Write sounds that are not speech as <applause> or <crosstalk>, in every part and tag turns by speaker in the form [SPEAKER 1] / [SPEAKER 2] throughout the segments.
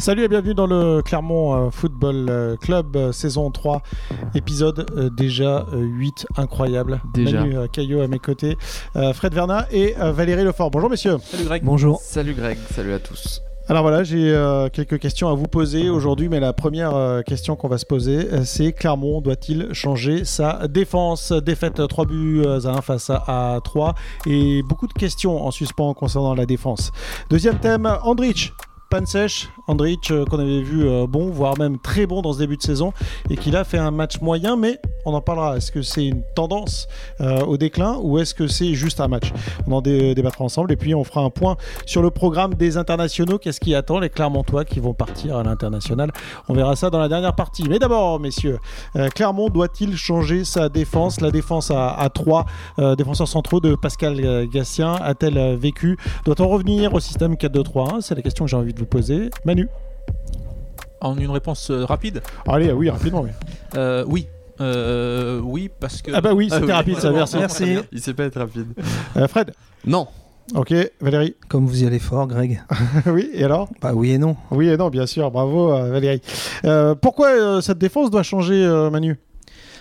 [SPEAKER 1] Salut et bienvenue dans le Clermont euh, Football Club, euh, saison 3, épisode euh, déjà 8, incroyable.
[SPEAKER 2] Déjà.
[SPEAKER 1] Manu euh, Caillot à mes côtés, euh, Fred Verna et Valérie Lefort. Bonjour messieurs.
[SPEAKER 2] Salut Greg.
[SPEAKER 3] Bonjour.
[SPEAKER 2] Salut Greg, salut à tous.
[SPEAKER 1] Alors voilà, j'ai euh, quelques questions à vous poser aujourd'hui, mais la première euh, question qu'on va se poser, euh, c'est Clermont doit-il changer sa défense Défaite 3 buts à 1 face à, à 3 et beaucoup de questions en suspens concernant la défense. Deuxième thème, Andrich panne sèche. Andrich, euh, qu'on avait vu euh, bon, voire même très bon dans ce début de saison, et qu'il a fait un match moyen, mais on en parlera. Est-ce que c'est une tendance euh, au déclin ou est-ce que c'est juste un match On en dé- débattra ensemble, et puis on fera un point sur le programme des internationaux. Qu'est-ce qui attend les Clermontois qui vont partir à l'international On verra ça dans la dernière partie. Mais d'abord, messieurs, euh, Clermont doit-il changer sa défense La défense à, à 3 défenseurs centraux de Pascal euh, Gatien a-t-elle euh, vécu Doit-on revenir au système 4-2-3-1 C'est la question que j'ai envie de vous poser. Manu
[SPEAKER 3] En une réponse euh, rapide
[SPEAKER 1] Allez, oui, rapidement. Oui.
[SPEAKER 3] Euh, Oui. Euh, oui, parce que.
[SPEAKER 1] Ah bah oui,
[SPEAKER 2] Ah
[SPEAKER 1] c'était
[SPEAKER 2] oui.
[SPEAKER 1] rapide, ça,
[SPEAKER 2] Ah bon,
[SPEAKER 1] merci.
[SPEAKER 2] très bien. Il sait pas être rapide.
[SPEAKER 1] Euh, Fred
[SPEAKER 2] Non.
[SPEAKER 1] Ok, Valérie <laughs>
[SPEAKER 4] Comme vous y allez fort, Greg.
[SPEAKER 1] Oui, et alors
[SPEAKER 4] Bah oui et non.
[SPEAKER 1] Oui et non, bien sûr, bravo euh, Valérie. Euh, pourquoi euh, cette défense doit changer, euh, Manu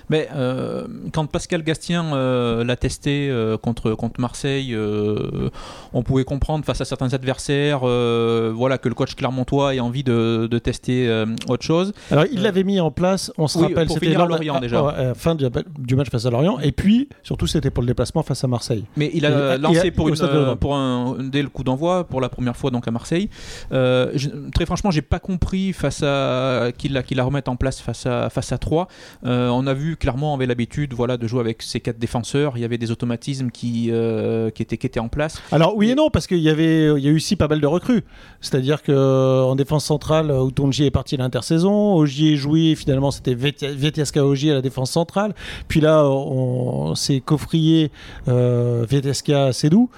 [SPEAKER 3] Mais euh, quand Pascal Gastien euh, l'a testé euh, contre, contre Marseille, euh, on pouvait comprendre face à certains adversaires euh, voilà, que le coach clermontois ait envie de, de tester euh, autre chose.
[SPEAKER 1] Alors, il
[SPEAKER 3] Euh,
[SPEAKER 1] l'avait mis en place, on se
[SPEAKER 3] oui,
[SPEAKER 1] rappelle,
[SPEAKER 3] pour
[SPEAKER 1] c'était
[SPEAKER 3] finir à
[SPEAKER 1] lors de-
[SPEAKER 3] Lorient,
[SPEAKER 1] ah,
[SPEAKER 3] déjà.
[SPEAKER 1] ouais, euh, fin du, du match face à Lorient, et puis surtout c'était pour le déplacement face à Marseille.
[SPEAKER 3] Mais il a
[SPEAKER 1] Et-
[SPEAKER 3] euh,
[SPEAKER 1] et-
[SPEAKER 3] lancé
[SPEAKER 1] et-
[SPEAKER 3] pour,
[SPEAKER 1] au
[SPEAKER 3] une,
[SPEAKER 1] Stade de
[SPEAKER 3] euh,
[SPEAKER 1] l'Europe.
[SPEAKER 3] pour un, dès le coup d'envoi pour la première fois donc à Marseille. Euh, je- très franchement, j'ai pas compris face à qu'il la, qu'il la remette en place face à face à 3. on a vu clairement on avait l'habitude voilà de jouer avec ces quatre défenseurs. Il y avait des automatismes qui euh, qui étaient qui étaient en place.
[SPEAKER 1] Alors, oui et non, parce qu'il y, avait, il y a eu aussi pas mal de recrues. C'est-à-dire qu'en défense centrale, Outonji est parti l'intersaison, Ogier est joué, finalement c'était Vietia- Vietiaska Ogier à la défense centrale. Puis là, on s'est coffrier euh, Vietiaska Sedou.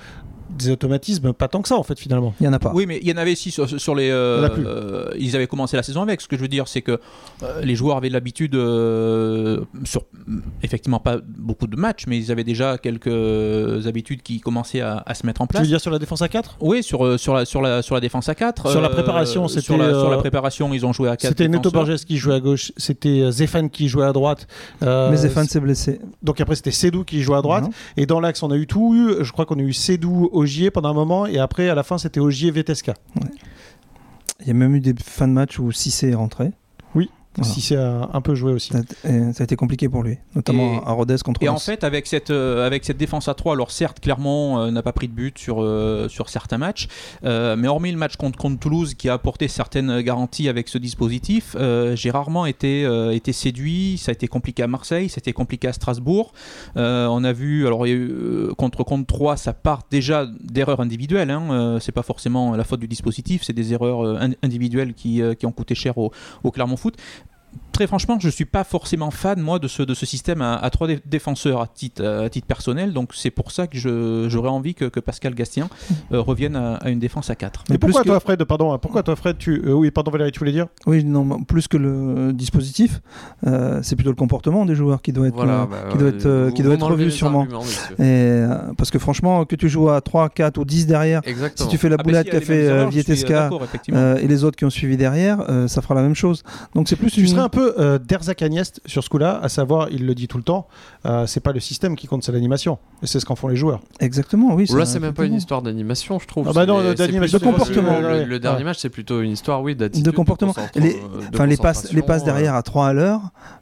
[SPEAKER 1] Des automatismes, pas tant que ça en fait, finalement.
[SPEAKER 4] Il y en a pas.
[SPEAKER 3] Oui, mais il y en avait six sur, sur les.
[SPEAKER 1] Ah. Il
[SPEAKER 3] euh,
[SPEAKER 1] y en a plus.
[SPEAKER 3] euh, ils avaient commencé la saison avec. Ce que je veux dire, c'est que euh, les joueurs avaient l'habitude, euh, sur effectivement pas beaucoup de matchs, mais ils avaient déjà quelques habitudes qui commençaient à, à se mettre en
[SPEAKER 1] Tu veux
[SPEAKER 3] place.
[SPEAKER 1] dire sur la défense à 4
[SPEAKER 3] Oui, sur, euh, sur, la, sur, la, sur la défense à 4.
[SPEAKER 1] Sur la préparation, c'était,
[SPEAKER 3] Sur la, sur la
[SPEAKER 1] euh,
[SPEAKER 3] préparation, ils ont joué à 4.
[SPEAKER 1] C'était Neto Borges qui jouait à gauche, c'était euh, Zéphane qui jouait à droite. euh,
[SPEAKER 4] Mais Zéphane s'est blessé.
[SPEAKER 1] donc après c'était Sédou qui jouait à droite.
[SPEAKER 4] Mhm.
[SPEAKER 1] Et dans l'axe on a eu tout eu. Je crois qu'on a eu Sédou, Ogier pendant un moment et après à la fin c'était Ogier, Veteska.
[SPEAKER 4] Il y a même eu des fins de match où Cissé est rentré. Voilà.
[SPEAKER 1] Si c'est euh, un peu joué aussi.
[SPEAKER 4] Ça a, et ça a été compliqué pour lui, notamment
[SPEAKER 3] Et-
[SPEAKER 4] à Rodez contre
[SPEAKER 3] Et en
[SPEAKER 4] Lens.
[SPEAKER 3] fait, avec cette, euh, avec cette défense à 3, alors certes, Clermont euh, n'a pas pris de but sur, euh, sur certains matchs, euh, mais hormis le match contre, contre Toulouse qui a apporté certaines garanties avec ce dispositif, euh, j'ai rarement été, euh, été séduit. Ça a été compliqué à Marseille, c'était compliqué à Strasbourg. Euh, on a vu, alors il y a eu, euh, contre contre 3, ça part déjà d'erreurs individuelles. Hein, euh, c'est pas forcément la faute du dispositif, c'est des erreurs euh, ind- individuelles qui, euh, qui ont coûté cher au, au Clermont Foot très franchement, je ne suis pas forcément fan, moi, de ce, de ce système à, à trois dé- défenseurs à titre, euh, à titre personnel. Donc, c'est pour ça que je- j'aurais envie que, que Pascal Gastien euh, revienne à, à une défense à 4.
[SPEAKER 1] Mais
[SPEAKER 4] Mais plus
[SPEAKER 1] pourquoi
[SPEAKER 4] que-
[SPEAKER 1] toi Fred, pardon, hein, pourquoi toi Fred, tu... euh, oui, pardon Valérie, tu voulais dire
[SPEAKER 4] Oui, non, mais plus que le dispositif, euh, c'est plutôt le comportement des joueurs qui doit être. euh,
[SPEAKER 2] bah,
[SPEAKER 4] qui doit être, euh, qui doit être revu sûrement. <laughs> et, euh, parce que franchement, que tu joues à 3, 4 ou 10 derrière,
[SPEAKER 2] Exactement.
[SPEAKER 4] si tu fais
[SPEAKER 3] Ah, ben,
[SPEAKER 4] la boulette qu'a fait euh, Vieteska euh, et les autres qui ont suivi derrière, euh, ça fera la même chose. Donc c'est plus
[SPEAKER 1] Tu
[SPEAKER 4] une-
[SPEAKER 1] serais un peu euh, d'Erzak Agnest sur ce coup-là, à savoir, il le dit tout le temps, euh, c'est pas le système qui compte, c'est l'animation. Et c'est ce qu'en font les joueurs.
[SPEAKER 4] Exactement, oui.
[SPEAKER 2] Là,
[SPEAKER 4] ça-
[SPEAKER 2] c'est même pas une
[SPEAKER 4] effectivement.
[SPEAKER 2] histoire d'animation, je trouve.
[SPEAKER 1] Ah bah
[SPEAKER 2] C'est-
[SPEAKER 1] non,
[SPEAKER 2] c'est
[SPEAKER 1] d'animation,
[SPEAKER 2] plutôt-
[SPEAKER 4] de comportement,
[SPEAKER 2] Le,
[SPEAKER 1] ouais.
[SPEAKER 2] le dernier match, c'est plutôt une histoire, oui, d'attitude.
[SPEAKER 4] de comportement.
[SPEAKER 2] concentra-
[SPEAKER 4] Les,
[SPEAKER 2] euh, de
[SPEAKER 4] enfin, les passes, les
[SPEAKER 2] concentration,
[SPEAKER 4] passes
[SPEAKER 2] euh,
[SPEAKER 4] derrière à 3 à l'heure.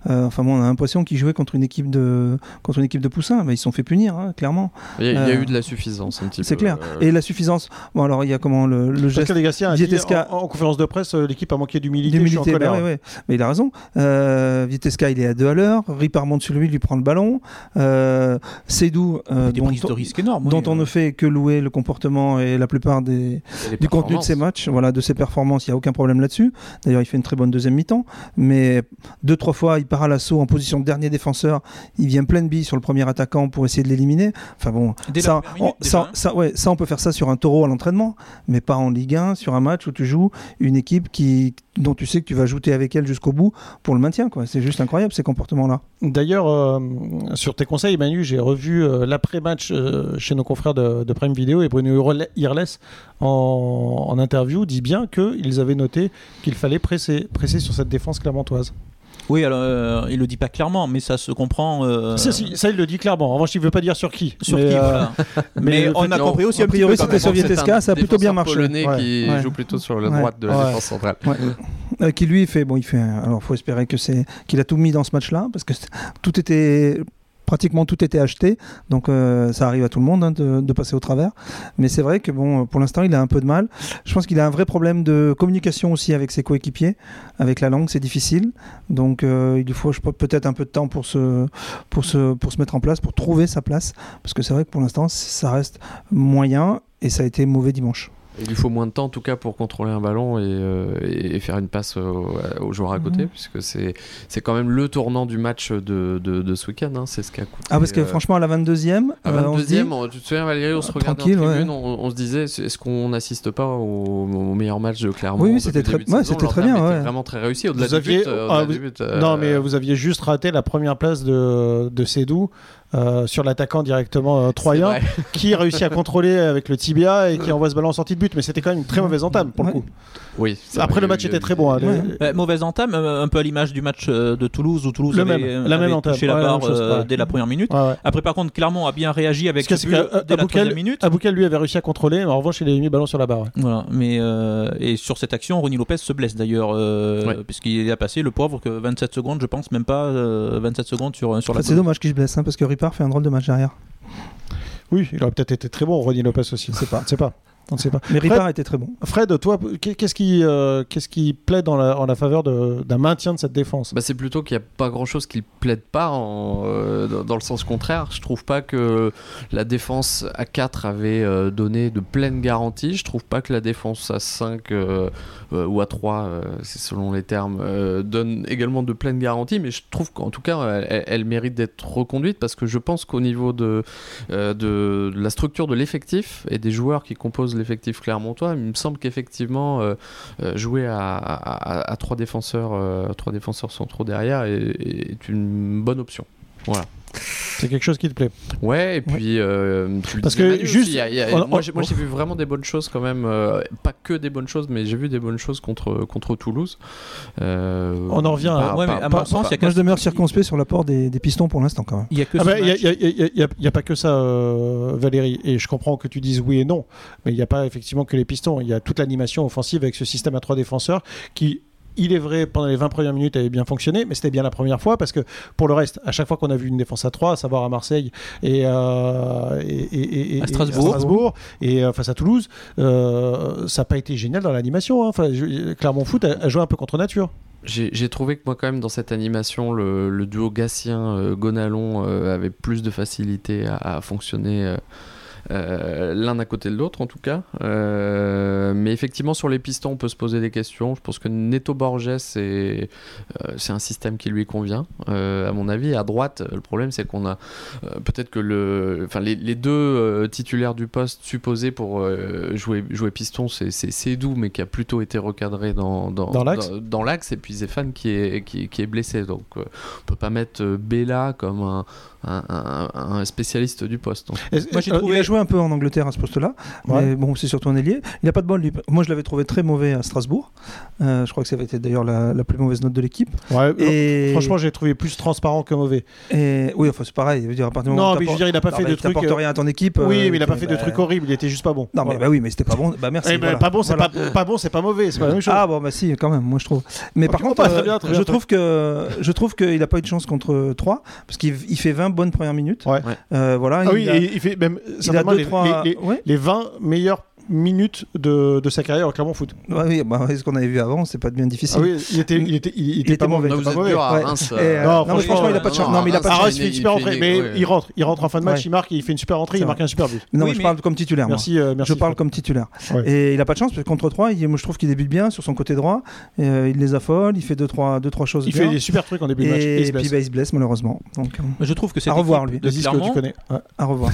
[SPEAKER 4] euh, enfin bon, on a l'impression qu'ils jouaient contre une équipe de contre une équipe de Poussin, mais ils se sont fait punir hein, clairement.
[SPEAKER 2] Il y, a- il y a
[SPEAKER 4] Euh,
[SPEAKER 2] eu de la suffisance un petit peu.
[SPEAKER 4] C'est clair.
[SPEAKER 2] euh,
[SPEAKER 4] Et la suffisance. Bon alors il y a comment le, le geste
[SPEAKER 1] Pascal Gatien a dit
[SPEAKER 4] Vietesca-
[SPEAKER 1] hein, en, en conférence de presse, euh, l'équipe a manqué d'humilité, je suis en
[SPEAKER 4] d'humilité.
[SPEAKER 1] colère.
[SPEAKER 4] bah ouais, ouais. Mais il a raison. Euh, Viteska il est à 2 à l'heure. Ripar monte sur lui, il lui prend le ballon. Euh, Seydou euh,
[SPEAKER 3] Des
[SPEAKER 4] dont,
[SPEAKER 3] prises de risque énormes.
[SPEAKER 4] dont
[SPEAKER 3] oui,
[SPEAKER 4] on ne
[SPEAKER 3] euh,
[SPEAKER 4] fait que louer le comportement et la plupart des
[SPEAKER 2] et les
[SPEAKER 4] du contenu de
[SPEAKER 2] performances.
[SPEAKER 4] ses matchs, voilà, de ses performances, il n'y a aucun problème là-dessus. D'ailleurs, il fait une très bonne deuxième mi-temps, mais deux, trois fois, il part à l'assaut en position de dernier défenseur, il vient plein de billes sur le premier attaquant pour essayer de l'éliminer. Enfin bon,
[SPEAKER 3] Dès la
[SPEAKER 4] ça,
[SPEAKER 3] première
[SPEAKER 4] on,
[SPEAKER 3] minute, déjà,
[SPEAKER 4] ça,
[SPEAKER 3] hein.
[SPEAKER 4] ça, ouais, ça, on peut faire ça sur un taureau à l'entraînement, mais pas en Ligue 1, sur un match où tu joues une équipe qui, dont tu sais que tu vas jouer avec elle jusqu'au bout pour le maintien. quoi. C'est juste incroyable ces comportements-là.
[SPEAKER 1] D'ailleurs, euh, sur tes conseils, Manu, j'ai revu euh, l'après-match euh, chez nos confrères de, de Prime Video et Bruno Irle- Irles en, en interview dit bien qu'ils avaient noté qu'il fallait presser, presser sur cette défense clermontoise.
[SPEAKER 3] Oui, alors euh, il le dit pas clairement, mais ça se comprend. euh,
[SPEAKER 1] Ça, si, ça, il le dit clairement. En revanche, il ne veut pas dire sur qui.
[SPEAKER 3] Sur
[SPEAKER 1] Mais,
[SPEAKER 3] qui,
[SPEAKER 1] euh,
[SPEAKER 3] voilà. <laughs> Mais,
[SPEAKER 1] le
[SPEAKER 3] on
[SPEAKER 1] fait-
[SPEAKER 3] a
[SPEAKER 2] non,
[SPEAKER 3] compris aussi
[SPEAKER 4] a
[SPEAKER 3] un petit
[SPEAKER 4] priori,
[SPEAKER 3] peu quand
[SPEAKER 4] c'était
[SPEAKER 3] même.
[SPEAKER 4] Sovietesca, ça a plutôt bien marché.
[SPEAKER 2] polonais
[SPEAKER 1] Ouais,
[SPEAKER 2] qui
[SPEAKER 4] ouais.
[SPEAKER 2] joue plutôt sur la
[SPEAKER 4] Ouais.
[SPEAKER 2] droite de la
[SPEAKER 1] Ouais.
[SPEAKER 2] défense centrale.
[SPEAKER 4] Euh, qui lui fait bon il fait un- alors faut espérer que c'est qu'il a tout mis dans ce match là parce que c'est- tout était pratiquement tout était acheté donc euh, ça arrive à tout le monde hein, de, de passer au travers mais c'est vrai que bon euh, pour l'instant il a un peu de mal je pense qu'il a un vrai problème de communication aussi avec ses coéquipiers avec la langue c'est difficile donc euh, il lui faut je pense, peut-être un peu de temps pour se pour se pour se mettre en place pour trouver sa place parce que c'est vrai que pour l'instant ça reste moyen et ça a été mauvais dimanche
[SPEAKER 2] Il lui faut moins de temps en tout cas pour contrôler un ballon et, euh, et- et faire une passe au, au joueur à côté,
[SPEAKER 4] Mhm.
[SPEAKER 2] puisque c'est c'est quand même le tournant du match de, de, de ce week-end. hein, c'est ce qui a coûté.
[SPEAKER 4] ah parce que
[SPEAKER 2] euh,
[SPEAKER 4] franchement à la 22e
[SPEAKER 2] à
[SPEAKER 4] euh, on se dit-
[SPEAKER 2] 22e, Ah bah, on- tu te souviens Valérie, on se
[SPEAKER 4] Euh,
[SPEAKER 2] regardait en
[SPEAKER 4] tranquille, ouais.
[SPEAKER 2] tribune, on, on se disait c'est- est-ce qu'on n'assiste pas au, au meilleur match de Clermont
[SPEAKER 4] Oui, oui,
[SPEAKER 2] depuis
[SPEAKER 4] c'était
[SPEAKER 2] le
[SPEAKER 4] très-
[SPEAKER 2] début de
[SPEAKER 4] ouais,
[SPEAKER 2] saison,
[SPEAKER 4] c'était très
[SPEAKER 2] l'entame
[SPEAKER 4] bien,
[SPEAKER 2] était
[SPEAKER 4] ouais.
[SPEAKER 2] Vraiment très réussi au-delà
[SPEAKER 1] Vous
[SPEAKER 2] du but.
[SPEAKER 1] aviez-
[SPEAKER 2] euh,
[SPEAKER 1] ah,
[SPEAKER 2] au-delà du but, euh,
[SPEAKER 1] Non, mais vous aviez juste raté la première place de, de Cédou euh, sur l'attaquant directement euh,
[SPEAKER 2] c'est
[SPEAKER 1] troyen,
[SPEAKER 2] vrai.
[SPEAKER 1] <laughs> qui réussit à contrôler avec le tibia et qui envoie ce ballon en sortie de but. Mais c'était quand même une très mauvaise entame pour
[SPEAKER 4] Ouais.
[SPEAKER 1] le coup.
[SPEAKER 2] Oui, c'est
[SPEAKER 1] Après,
[SPEAKER 2] vrai,
[SPEAKER 1] le
[SPEAKER 2] il y a
[SPEAKER 1] match
[SPEAKER 2] eu-
[SPEAKER 1] était très bon. hein,
[SPEAKER 4] Ouais.
[SPEAKER 1] les-
[SPEAKER 3] Euh, mauvaise entame, euh, un peu à l'image du match euh, de Toulouse où Toulouse
[SPEAKER 1] Le
[SPEAKER 3] avait,
[SPEAKER 1] même, la
[SPEAKER 3] avait
[SPEAKER 1] même entame,
[SPEAKER 3] touché
[SPEAKER 1] ouais,
[SPEAKER 3] la
[SPEAKER 1] la
[SPEAKER 3] barre
[SPEAKER 1] même chose,
[SPEAKER 3] euh,
[SPEAKER 1] ouais.
[SPEAKER 3] dès la première minute.
[SPEAKER 1] Ouais, ouais.
[SPEAKER 3] Après, par contre, Clermont a bien réagi avec
[SPEAKER 1] Parce que
[SPEAKER 3] ce
[SPEAKER 1] c'est
[SPEAKER 3] but
[SPEAKER 1] que, euh,
[SPEAKER 3] dès la
[SPEAKER 1] Aboukel-
[SPEAKER 3] troisième minute.
[SPEAKER 1] Abouka, lui, avait réussi à contrôler, mais en revanche, il avait mis le ballon sur la barre. ouais.
[SPEAKER 3] Voilà, mais euh, et sur cette action, Ronnie Lopez se blesse d'ailleurs, euh,
[SPEAKER 2] Ouais.
[SPEAKER 3] puisqu'il a passé le pauvre que 27 secondes, je pense même pas euh, 27 secondes sur, sur la
[SPEAKER 4] Enfin, c'est dommage qu'il se blesse, hein, parce que Ripard fait un drôle de match derrière.
[SPEAKER 1] Oui, il aurait peut-être été très bon, Ronnie Lopez aussi.
[SPEAKER 4] Je sais pas.
[SPEAKER 1] On ne sait pas. On ne sait pas.
[SPEAKER 4] Mais Ripard était très bon.
[SPEAKER 1] Fred, toi, qu'est- qu'est-ce qui, euh, qu'est-ce qui plaide en la, en la faveur de- d'un maintien de cette défense
[SPEAKER 2] Bah, c'est plutôt qu'il n'y a pas grand chose qui plaide pas en, euh, dans, dans le sens contraire. Je trouve pas que la défense à 4 avait euh, donné de pleines garanties. Je trouve pas que la défense à 5 euh, euh, ou à 3, euh, c'est selon les termes, euh, donne également de pleines garanties. Mais je trouve qu'en tout cas, elle, elle- elle mérite d'être reconduite parce que je pense qu'au niveau de, euh, de la structure de l'effectif et des joueurs qui composent l'effectif clermontois, il me semble qu'effectivement. euh, euh, jouer à, à- à- à trois défenseurs euh, trois défenseurs centraux derrière est, est une bonne option
[SPEAKER 1] C'est quelque chose qui te plaît.
[SPEAKER 2] ouais et puis euh, tu le
[SPEAKER 1] Parce
[SPEAKER 2] disais,
[SPEAKER 1] que
[SPEAKER 2] Manu,
[SPEAKER 1] juste-
[SPEAKER 2] aussi, il y a- il y a-
[SPEAKER 1] on- on-
[SPEAKER 2] moi j'ai moi, j'ai vu vraiment des bonnes choses quand même euh, pas que des bonnes choses mais j'ai vu des bonnes choses contre contre Toulouse Euh,
[SPEAKER 1] On en revient à-
[SPEAKER 2] pas-
[SPEAKER 3] Ouais,
[SPEAKER 2] pas-
[SPEAKER 3] mais à
[SPEAKER 2] pas-
[SPEAKER 3] mon sens,
[SPEAKER 2] pas-
[SPEAKER 3] il y a
[SPEAKER 4] Moi, je
[SPEAKER 3] qu'à-
[SPEAKER 4] demeure circonspect sur l'apport des, des pistons pour l'instant, quand même.
[SPEAKER 3] il y a que
[SPEAKER 1] Ah
[SPEAKER 3] ce
[SPEAKER 1] bah, Il n'y a,
[SPEAKER 3] match.
[SPEAKER 1] il y a- il y a- il y a- il y a pas que ça, euh, Valérie. Et je comprends que tu dises oui et non, mais il n'y a pas effectivement que les pistons. Il y a toute l'animation offensive avec ce système à trois défenseurs qui. Il est vrai, pendant les 20 premières minutes, avait bien fonctionné, mais c'était bien la première fois parce que pour le reste, à chaque fois qu'on a vu une défense à 3, à savoir à Marseille et, euh, et, et- et-
[SPEAKER 3] À
[SPEAKER 1] et-
[SPEAKER 3] Strasbourg.
[SPEAKER 1] Strasbourg et euh, face à Toulouse, euh, ça n'a pas été génial dans l'animation. hein. Enfin, je- Clermont Foot a, a joué un peu contre nature.
[SPEAKER 2] J'ai j'ai trouvé que moi quand même dans cette animation le, le duo Gatien euh, Gonalon euh, avait plus de facilité à, à fonctionner euh, euh, l'un à côté de l'autre en tout cas. Euh, mais effectivement sur les pistons on peut se poser des questions. Je pense que Neto Borges c'est euh, c'est un système qui lui convient euh, à mon avis. À droite le problème c'est qu'on a euh, peut-être que le enfin les, les deux euh, titulaires du poste supposés pour euh, jouer jouer piston c'est c'est Sédou mais qui a plutôt été recadré dans dans,
[SPEAKER 1] Dans l'axe.
[SPEAKER 2] dans, dans l'axe et puis Zéphane qui est qui, qui est blessé donc euh, on peut pas mettre euh, Bella comme un un, un- un spécialiste du poste. Donc,
[SPEAKER 1] Est-ce-
[SPEAKER 3] Moi, j'ai
[SPEAKER 1] euh,
[SPEAKER 3] trouvé-
[SPEAKER 4] Il a joué un peu en Angleterre à ce poste-là,
[SPEAKER 1] Ouais.
[SPEAKER 4] mais bon, c'est surtout un ailier. Il n'a pas de bol, lui. Moi, je l'avais trouvé très mauvais à Strasbourg. Euh, je crois que ça avait été d'ailleurs la, la plus mauvaise note de l'équipe.
[SPEAKER 1] ouais, euh,
[SPEAKER 4] Et...
[SPEAKER 1] Oh, Franchement, j'ai trouvé plus transparent que mauvais.
[SPEAKER 4] et... oui, enfin, c'est pareil. Je veux dire, à partir du moment
[SPEAKER 1] Non,
[SPEAKER 4] où
[SPEAKER 1] mais je veux
[SPEAKER 4] t'apportes-
[SPEAKER 1] dire, il n'a pas
[SPEAKER 4] Non,
[SPEAKER 1] fait
[SPEAKER 4] mais
[SPEAKER 1] de
[SPEAKER 4] il
[SPEAKER 1] trucs.
[SPEAKER 4] t'apporte
[SPEAKER 1] euh,
[SPEAKER 4] rien à ton équipe.
[SPEAKER 1] Oui,
[SPEAKER 4] euh,
[SPEAKER 1] mais il n'a pas
[SPEAKER 4] t'es-
[SPEAKER 1] fait de
[SPEAKER 4] bah,
[SPEAKER 1] trucs horribles, il était juste pas bon.
[SPEAKER 4] Non, mais
[SPEAKER 1] Voilà.
[SPEAKER 4] bah oui, mais c'était pas bon. Bah merci.
[SPEAKER 1] Eh ben,
[SPEAKER 4] voilà.
[SPEAKER 1] pas bon, c'est
[SPEAKER 4] Voilà.
[SPEAKER 1] pas, pas bon, c'est pas mauvais, c'est pas la même chose.
[SPEAKER 4] Ah bon bah si quand même moi je trouve. Mais
[SPEAKER 1] Ok,
[SPEAKER 4] par
[SPEAKER 1] bon,
[SPEAKER 4] contre
[SPEAKER 1] bah, très
[SPEAKER 4] euh,
[SPEAKER 1] bien, très
[SPEAKER 4] je
[SPEAKER 1] bien.
[SPEAKER 4] trouve que je trouve qu'il a pas eu de chance contre 3 parce qu'il il fait 20 bonnes premières minutes.
[SPEAKER 1] Ouais.
[SPEAKER 2] Ouais.
[SPEAKER 4] Euh, voilà,
[SPEAKER 1] Ah oui,
[SPEAKER 4] il a,
[SPEAKER 1] et il fait même euh,
[SPEAKER 4] il a
[SPEAKER 1] certainement
[SPEAKER 4] deux,
[SPEAKER 1] les,
[SPEAKER 4] trois-
[SPEAKER 1] les- les-
[SPEAKER 4] ouais.
[SPEAKER 1] les 20 meilleures minutes de, de sa carrière au Clermont Foot.
[SPEAKER 4] Ouais, oui, bah, ce qu'on avait vu avant, c'est pas bien difficile.
[SPEAKER 1] Ah oui, il était, il était, il, il était
[SPEAKER 4] était
[SPEAKER 1] pas mauvais.
[SPEAKER 4] mauvais.
[SPEAKER 1] il était
[SPEAKER 2] vous êtes
[SPEAKER 1] pas mauvais.
[SPEAKER 2] dur à
[SPEAKER 4] ouais.
[SPEAKER 2] Reims,
[SPEAKER 4] Et,
[SPEAKER 2] euh,
[SPEAKER 4] euh,
[SPEAKER 1] Non,
[SPEAKER 4] non, mais franchement, il a pas de chance. Non, mais il a pas de
[SPEAKER 2] Reims,
[SPEAKER 1] Arras
[SPEAKER 4] chance.
[SPEAKER 1] fait exprès rentrer, mais
[SPEAKER 2] ouais.
[SPEAKER 1] il rentre, il rentre en fin de match,
[SPEAKER 4] Ouais.
[SPEAKER 1] il marque, il fait une super entrée, il
[SPEAKER 4] C'est
[SPEAKER 1] marque un super but.
[SPEAKER 4] Non,
[SPEAKER 3] Oui,
[SPEAKER 4] mais je
[SPEAKER 3] mais-
[SPEAKER 4] parle comme titulaire. moi.
[SPEAKER 1] Merci, euh, merci.
[SPEAKER 4] je parle comme titulaire.
[SPEAKER 1] Ouais.
[SPEAKER 4] Et il a pas de chance parce que contre 3, il, moi, je trouve qu'il débute bien sur son côté droit. Et, euh, il les affole, il fait 2-3 deux, trois, deux, trois choses
[SPEAKER 1] Il
[SPEAKER 4] bien.
[SPEAKER 1] fait des super trucs en début
[SPEAKER 4] et,
[SPEAKER 1] de match. Et il se
[SPEAKER 4] puis
[SPEAKER 1] blesse.
[SPEAKER 4] bah, il se blesse malheureusement. Donc euh,
[SPEAKER 3] Je trouve que cette
[SPEAKER 4] À revoir,
[SPEAKER 3] équipe
[SPEAKER 4] lui.
[SPEAKER 3] de
[SPEAKER 1] Les disques que tu
[SPEAKER 3] Clermont,
[SPEAKER 1] connais. Ouais.
[SPEAKER 4] à revoir.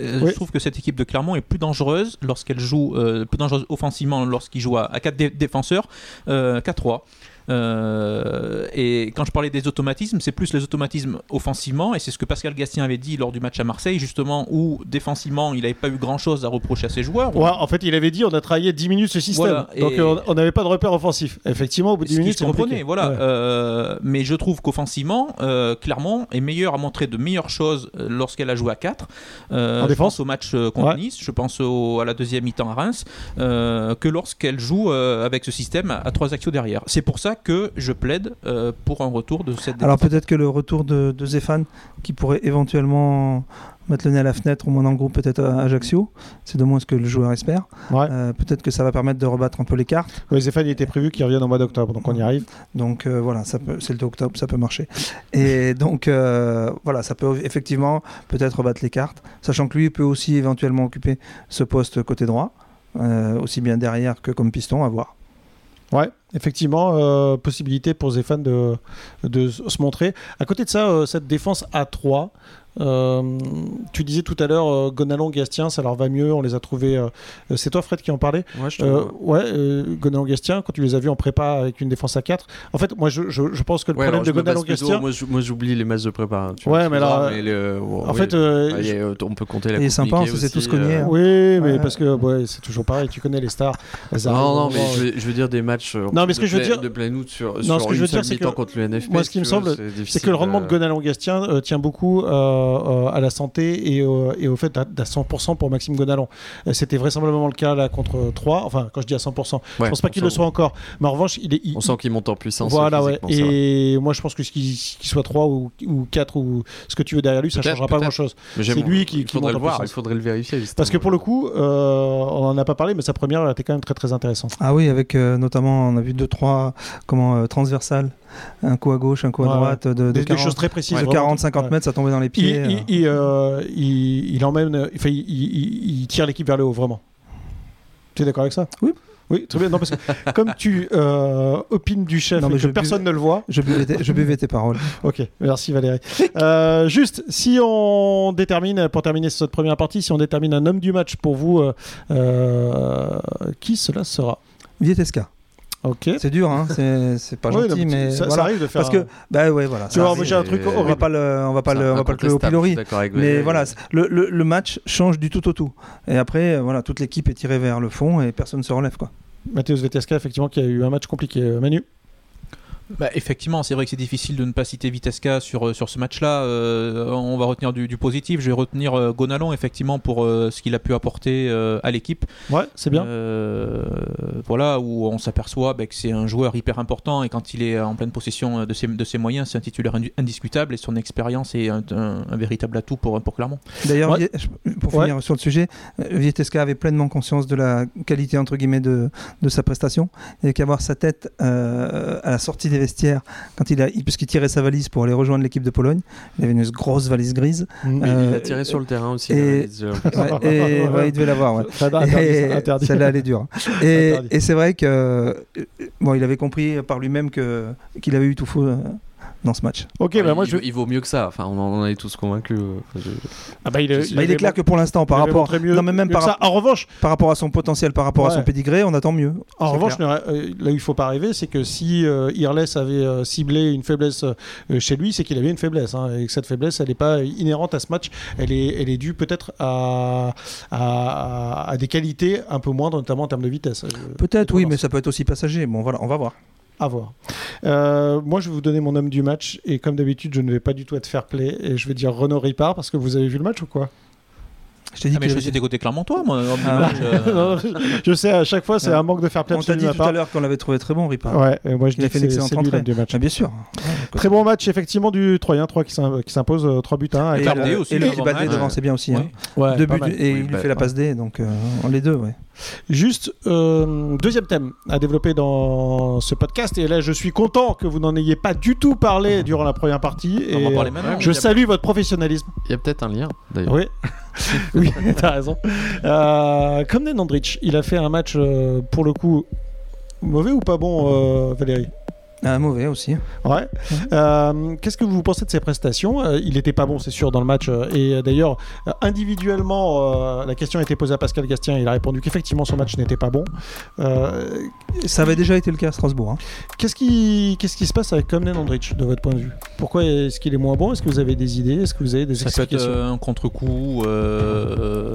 [SPEAKER 3] euh,
[SPEAKER 1] Oui.
[SPEAKER 3] je trouve que cette équipe de Clermont est plus dangereuse lorsqu'elle joue euh, plus dangereuse offensivement lorsqu'il joue à, 4 défenseurs euh, qu'à 3. Euh, et quand je parlais des automatismes, c'est plus les automatismes offensivement, et c'est ce que Pascal Gastien avait dit lors du match à Marseille, justement, où défensivement, il n'avait pas eu grand-chose à reprocher à ses joueurs.
[SPEAKER 1] Ouais, en fait, il avait dit on a travaillé 10 minutes ce système.
[SPEAKER 3] Voilà,
[SPEAKER 1] Donc
[SPEAKER 3] et-
[SPEAKER 1] euh, on- on n'avait pas de repère offensif. Effectivement, au bout de 10
[SPEAKER 3] Ce que
[SPEAKER 1] minutes,
[SPEAKER 3] je
[SPEAKER 1] c'est
[SPEAKER 3] comprenais,
[SPEAKER 1] compliqué.
[SPEAKER 3] voilà.
[SPEAKER 1] Ouais.
[SPEAKER 3] Euh, mais je trouve qu'offensivement, euh, Clermont est meilleur à montrer de meilleures choses euh, lorsqu'elle a joué à 4.
[SPEAKER 1] En défense
[SPEAKER 3] Je pense au match euh, contre
[SPEAKER 1] Ouais.
[SPEAKER 3] Nice, je pense au- à la deuxième mi-temps à Reims, euh, que lorsqu'elle joue euh, avec ce système à 3 axiaux derrière. C'est pour ça que je plaide euh, pour un retour de cette
[SPEAKER 4] Alors peut-être que le retour de, de Zéphane, qui pourrait éventuellement mettre le nez à la fenêtre, au moins dans le groupe peut-être à Ajaccio, c'est de moins ce que le joueur espère.
[SPEAKER 1] Ouais.
[SPEAKER 4] Euh, peut-être que ça va permettre de rebattre un peu les cartes.
[SPEAKER 1] Ouais, Zéphane, il était prévu qu'il revienne au mois d'octobre, donc on y arrive.
[SPEAKER 4] Donc euh, voilà, ça peut, c'est le 2 octobre, ça peut marcher. <laughs> Et donc euh, voilà, ça peut effectivement peut-être rebattre les cartes, sachant que lui peut aussi éventuellement occuper ce poste côté droit, euh, aussi bien derrière que comme piston, à voir.
[SPEAKER 1] Ouais, effectivement, euh, possibilité pour Zéphane de, de s- se montrer. À côté de ça, euh, cette défense à 3, euh, tu disais tout à l'heure, euh, Gonalon, Gastien, ça leur va mieux, on les a trouvés. euh, euh, c'est toi, Fred, qui en parlait
[SPEAKER 2] Ouais, je trouve,
[SPEAKER 1] Euh, Ouais, euh, Gonalon, Gastien, quand tu les as vus en prépa avec une défense à 4. En fait, moi, je, je- je pense que le
[SPEAKER 2] Ouais, alors,
[SPEAKER 1] problème de
[SPEAKER 2] je me base
[SPEAKER 1] Gonalon,
[SPEAKER 2] plutôt-
[SPEAKER 1] Gastien.
[SPEAKER 2] Moi, je- moi, j'oublie les matchs de prépa. hein, tu
[SPEAKER 1] Ouais,
[SPEAKER 2] me
[SPEAKER 1] mais là,
[SPEAKER 2] diras, le- bon,
[SPEAKER 1] En
[SPEAKER 2] oui.
[SPEAKER 1] fait, euh,
[SPEAKER 2] Ah, il y a- on peut compter la
[SPEAKER 4] Il est
[SPEAKER 2] Coupe
[SPEAKER 4] sympa, on
[SPEAKER 2] Mickey
[SPEAKER 4] s'est tous
[SPEAKER 2] aussi,
[SPEAKER 4] cognés,
[SPEAKER 2] euh,
[SPEAKER 4] hein.
[SPEAKER 1] Oui, mais
[SPEAKER 4] Ouais.
[SPEAKER 1] parce que ouais, c'est toujours pareil, tu connais les stars. Elles
[SPEAKER 2] Non,
[SPEAKER 1] arrivent au
[SPEAKER 2] non,
[SPEAKER 1] moment
[SPEAKER 2] mais
[SPEAKER 1] où-
[SPEAKER 2] je veux, je veux dire des matchs euh,
[SPEAKER 1] Non, mais ce
[SPEAKER 2] de
[SPEAKER 1] que je veux
[SPEAKER 2] plein-
[SPEAKER 1] dire-
[SPEAKER 2] de plein août sur,
[SPEAKER 1] Non, ce
[SPEAKER 2] sur
[SPEAKER 1] que je veux
[SPEAKER 2] une
[SPEAKER 1] dire,
[SPEAKER 2] seule
[SPEAKER 1] c'est que-
[SPEAKER 2] mi-temps contre le NFP.
[SPEAKER 1] moi, ce qui
[SPEAKER 2] si
[SPEAKER 1] me
[SPEAKER 2] tu
[SPEAKER 1] semble,
[SPEAKER 2] veux, c'est
[SPEAKER 1] C'est que le rendement de
[SPEAKER 2] difficile,
[SPEAKER 1] Gonalon Gastien euh, tient beaucoup euh, euh, à la santé et, euh, et au fait à, 100% pour Maxime Gonalon. Euh, C'était vraisemblablement le cas là contre 3, enfin quand je dis à 100%,
[SPEAKER 2] euh,
[SPEAKER 1] je
[SPEAKER 2] ouais,
[SPEAKER 1] pense pas
[SPEAKER 2] on
[SPEAKER 1] qu'il le
[SPEAKER 2] sent-
[SPEAKER 1] soit encore. Mais en revanche, il est... il-
[SPEAKER 2] On sent qu'il monte en puissance.
[SPEAKER 1] voilà, ouais.
[SPEAKER 2] physiquement, c'est vrai.
[SPEAKER 1] Et moi, je pense que ce qu'il qu'il soit 3 ou, ou 4 ou ce que tu veux derrière lui, ça
[SPEAKER 2] Peut-être,
[SPEAKER 1] changera pas
[SPEAKER 2] peut-être.
[SPEAKER 1] grand-chose.
[SPEAKER 2] Mais j'aime-
[SPEAKER 1] c'est lui qui-
[SPEAKER 2] Il
[SPEAKER 1] qui monte
[SPEAKER 2] faudrait le
[SPEAKER 1] en
[SPEAKER 2] voir, il
[SPEAKER 1] puissance.
[SPEAKER 2] faudrait le vérifier. justement.
[SPEAKER 1] Parce que pour le coup, euh, on en a pas parlé, mais sa première elle était quand même très très intéressante.
[SPEAKER 4] Ah oui, avec euh, notamment, on a vu deux, trois comment, euh, transversales, un coup à gauche, un coup à
[SPEAKER 1] Ouais,
[SPEAKER 4] droite, de, de
[SPEAKER 1] Des, des
[SPEAKER 4] 40,
[SPEAKER 1] choses très précises.
[SPEAKER 4] de
[SPEAKER 1] vraiment.
[SPEAKER 4] 40, 50
[SPEAKER 1] Ouais.
[SPEAKER 4] mètres, ça tombait dans les
[SPEAKER 1] Il,
[SPEAKER 4] pieds. euh.
[SPEAKER 1] il- il, euh, il- il emmène, enfin, il, il- il tire l'équipe vers le haut, vraiment. Tu es d'accord avec ça
[SPEAKER 4] Oui.
[SPEAKER 1] Oui, très bien. Non, parce
[SPEAKER 4] <laughs>
[SPEAKER 1] que comme tu euh, opines du chef
[SPEAKER 4] Non, mais
[SPEAKER 1] et que
[SPEAKER 4] je buvais-
[SPEAKER 1] personne ne le voit,
[SPEAKER 4] Je buvais, tes, je buvais tes paroles.
[SPEAKER 1] ok, merci Valérie. Euh, juste, si on détermine, pour terminer cette première partie, si on détermine un homme du match pour vous, euh, euh, qui cela sera
[SPEAKER 4] Vietesca.
[SPEAKER 1] Ok.
[SPEAKER 4] C'est dur, hein, c'est c'est pas
[SPEAKER 1] Oui, non,
[SPEAKER 4] gentil,
[SPEAKER 1] mais
[SPEAKER 4] mais
[SPEAKER 1] ça, ça
[SPEAKER 4] voilà.
[SPEAKER 1] arrive de faire.
[SPEAKER 4] parce que, bah ouais, voilà.
[SPEAKER 1] Tu
[SPEAKER 4] ça
[SPEAKER 1] vois,
[SPEAKER 4] arrive.
[SPEAKER 1] moi j'ai un truc
[SPEAKER 2] Et-
[SPEAKER 4] on va
[SPEAKER 1] horrible.
[SPEAKER 4] pas le, on va pas
[SPEAKER 2] C'est
[SPEAKER 4] le, on va pas le clouer au
[SPEAKER 2] incontestable, je
[SPEAKER 4] pilori.
[SPEAKER 2] suis d'accord avec
[SPEAKER 4] Mais
[SPEAKER 2] Valérie.
[SPEAKER 4] voilà, c'est- le, le- le match change du tout au tout. Et après, euh, voilà, toute l'équipe est tirée vers le fond et personne se relève, quoi.
[SPEAKER 1] Mathéus Veteska, effectivement, qui a eu un match compliqué. Euh, Manu
[SPEAKER 3] Bah, effectivement, c'est vrai que c'est difficile de ne pas citer Vitesca sur, euh, sur ce match-là. Euh, on va retenir du, du positif. Je vais retenir euh, Gonalon, effectivement, pour euh, ce qu'il a pu apporter euh, à l'équipe.
[SPEAKER 1] Ouais, c'est bien.
[SPEAKER 3] Euh, voilà, où on s'aperçoit bah, que c'est un joueur hyper important et quand il est en pleine possession euh, de ses, de ses moyens, c'est un titulaire indu- indiscutable et son expérience est un, un- un véritable atout pour, pour Clermont.
[SPEAKER 4] D'ailleurs,
[SPEAKER 1] Ouais.
[SPEAKER 4] Vie- je- pour
[SPEAKER 1] Ouais.
[SPEAKER 4] finir sur le sujet, euh, Vietesca avait pleinement conscience de la qualité entre guillemets de, de sa prestation et qu'avoir sa tête euh, à la sortie des vestiaires quand il a, il- puisqu'il tirait sa valise pour aller rejoindre l'équipe de Pologne, il avait une grosse valise grise.
[SPEAKER 1] Mm.
[SPEAKER 2] Mais Il a
[SPEAKER 4] Euh,
[SPEAKER 2] tiré sur le terrain aussi.
[SPEAKER 4] et-
[SPEAKER 2] David, euh,
[SPEAKER 1] <laughs>
[SPEAKER 4] Ouais, et ouais, il devait l'avoir. Ouais.
[SPEAKER 1] Fred,
[SPEAKER 4] <laughs>
[SPEAKER 1] interdit,
[SPEAKER 4] Et
[SPEAKER 1] ça, interdit.
[SPEAKER 4] Celle-là, elle est dure. Et,
[SPEAKER 1] Interdit.
[SPEAKER 4] et c'est vrai que euh, bon, il avait compris par lui-même que qu'il avait eu tout faux euh, dans ce match.
[SPEAKER 1] Ok,
[SPEAKER 2] il-
[SPEAKER 1] bah moi je.
[SPEAKER 2] il vaut mieux que ça. Enfin, on en on en est tous convaincus. euh, je-
[SPEAKER 1] Ah bah, il,
[SPEAKER 2] Bah,
[SPEAKER 1] est-
[SPEAKER 4] Bah, il est clair que pour l'instant, par
[SPEAKER 1] il avait
[SPEAKER 4] rapport,
[SPEAKER 1] montré mieux-
[SPEAKER 4] non, mais même
[SPEAKER 1] mieux
[SPEAKER 4] par,
[SPEAKER 1] que ça. En revanche,
[SPEAKER 4] par rapport à son potentiel, par rapport à
[SPEAKER 1] Ouais.
[SPEAKER 4] son pédigré, on attend mieux.
[SPEAKER 1] en
[SPEAKER 4] C'est
[SPEAKER 1] revanche,
[SPEAKER 4] clair.
[SPEAKER 1] ne- euh, là où il faut pas rêver, c'est que si euh, Irles avait euh, ciblé une faiblesse euh, chez lui, c'est qu'il avait une faiblesse. hein, et que cette faiblesse, elle n'est pas inhérente à ce match. Elle est, elle est due peut-être à, à, à des qualités un peu moindres, notamment en termes de vitesse. Euh,
[SPEAKER 4] Peut-être, oui,
[SPEAKER 1] dépendance.
[SPEAKER 4] mais ça peut être aussi passager. Bon, voilà, on va voir.
[SPEAKER 1] À voir. Euh, moi, je vais vous donner mon homme du match. Et comme d'habitude, je ne vais pas du tout être fair play. Et je vais dire Renaud Ripard parce que vous avez vu le match ou
[SPEAKER 4] <laughs>
[SPEAKER 1] quoi <laughs>
[SPEAKER 4] Je t'ai dit
[SPEAKER 3] Ah, mais
[SPEAKER 4] que
[SPEAKER 3] je suis des côtés Clermontois, moi. homme du
[SPEAKER 4] Ah.
[SPEAKER 3] match,
[SPEAKER 1] <laughs>
[SPEAKER 3] euh.
[SPEAKER 1] Non, je, je sais, à chaque fois, c'est
[SPEAKER 4] Ouais.
[SPEAKER 1] un manque de fair play
[SPEAKER 4] on t'a
[SPEAKER 1] absolu de
[SPEAKER 4] dit
[SPEAKER 1] ma
[SPEAKER 4] tout à
[SPEAKER 1] part.
[SPEAKER 4] l'heure qu'on l'avait trouvé très bon, Ripa.
[SPEAKER 1] Ouais, et moi je
[SPEAKER 4] Il
[SPEAKER 1] dis
[SPEAKER 4] a
[SPEAKER 1] que
[SPEAKER 4] fait une
[SPEAKER 1] c'est
[SPEAKER 4] excellente
[SPEAKER 1] c'est lui l'homme
[SPEAKER 4] entrée.
[SPEAKER 1] du match.
[SPEAKER 4] Ah, bien sûr.
[SPEAKER 1] Très bon match effectivement du Troyen 3 qui s'im- qui s'impose 3 buts à 1.
[SPEAKER 4] Et,
[SPEAKER 3] Cardet
[SPEAKER 4] le-
[SPEAKER 3] aussi,
[SPEAKER 4] et le
[SPEAKER 3] avant
[SPEAKER 4] petit
[SPEAKER 3] le
[SPEAKER 4] Badé
[SPEAKER 2] match.
[SPEAKER 4] devant, c'est bien aussi.
[SPEAKER 3] Ouais.
[SPEAKER 4] hein. Deux buts, et
[SPEAKER 2] Oui,
[SPEAKER 4] il lui
[SPEAKER 2] bah,
[SPEAKER 4] fait la passe D, donc euh, les deux, ouais.
[SPEAKER 1] Juste euh, deuxième thème à développer dans ce podcast et là je suis content que vous n'en ayez pas du tout
[SPEAKER 4] Mmh.
[SPEAKER 1] parlé durant la première partie et
[SPEAKER 3] On va en parler
[SPEAKER 1] euh,
[SPEAKER 3] maintenant.
[SPEAKER 1] je salue votre professionnalisme.
[SPEAKER 2] Il y a peut-être un lien d'ailleurs.
[SPEAKER 1] Oui, <laughs> oui, t'as raison. Euh, Comden Andrich, il a fait un match euh, pour le coup mauvais ou pas bon, euh, Valérie
[SPEAKER 4] Ah, mauvais aussi.
[SPEAKER 1] Ouais. Euh, Qu'est-ce que vous pensez de ses prestations Euh, Il n'était pas bon, c'est sûr, dans le match. euh, Et euh, d'ailleurs, euh, individuellement, euh, la question a été posée à Pascal Gastien. Il a répondu qu'effectivement, son match n'était pas bon. Euh,
[SPEAKER 4] Ça avait déjà été le cas à Strasbourg. hein.
[SPEAKER 1] Qu'est-ce qui, qu'est-ce qui se passe avec Comnen Andrich, de votre point de vue Pourquoi est-ce qu'il est moins bon Est-ce que vous avez des idées Est-ce que vous avez des
[SPEAKER 3] Ça peut être
[SPEAKER 1] explications
[SPEAKER 3] euh, un contre-coup. euh,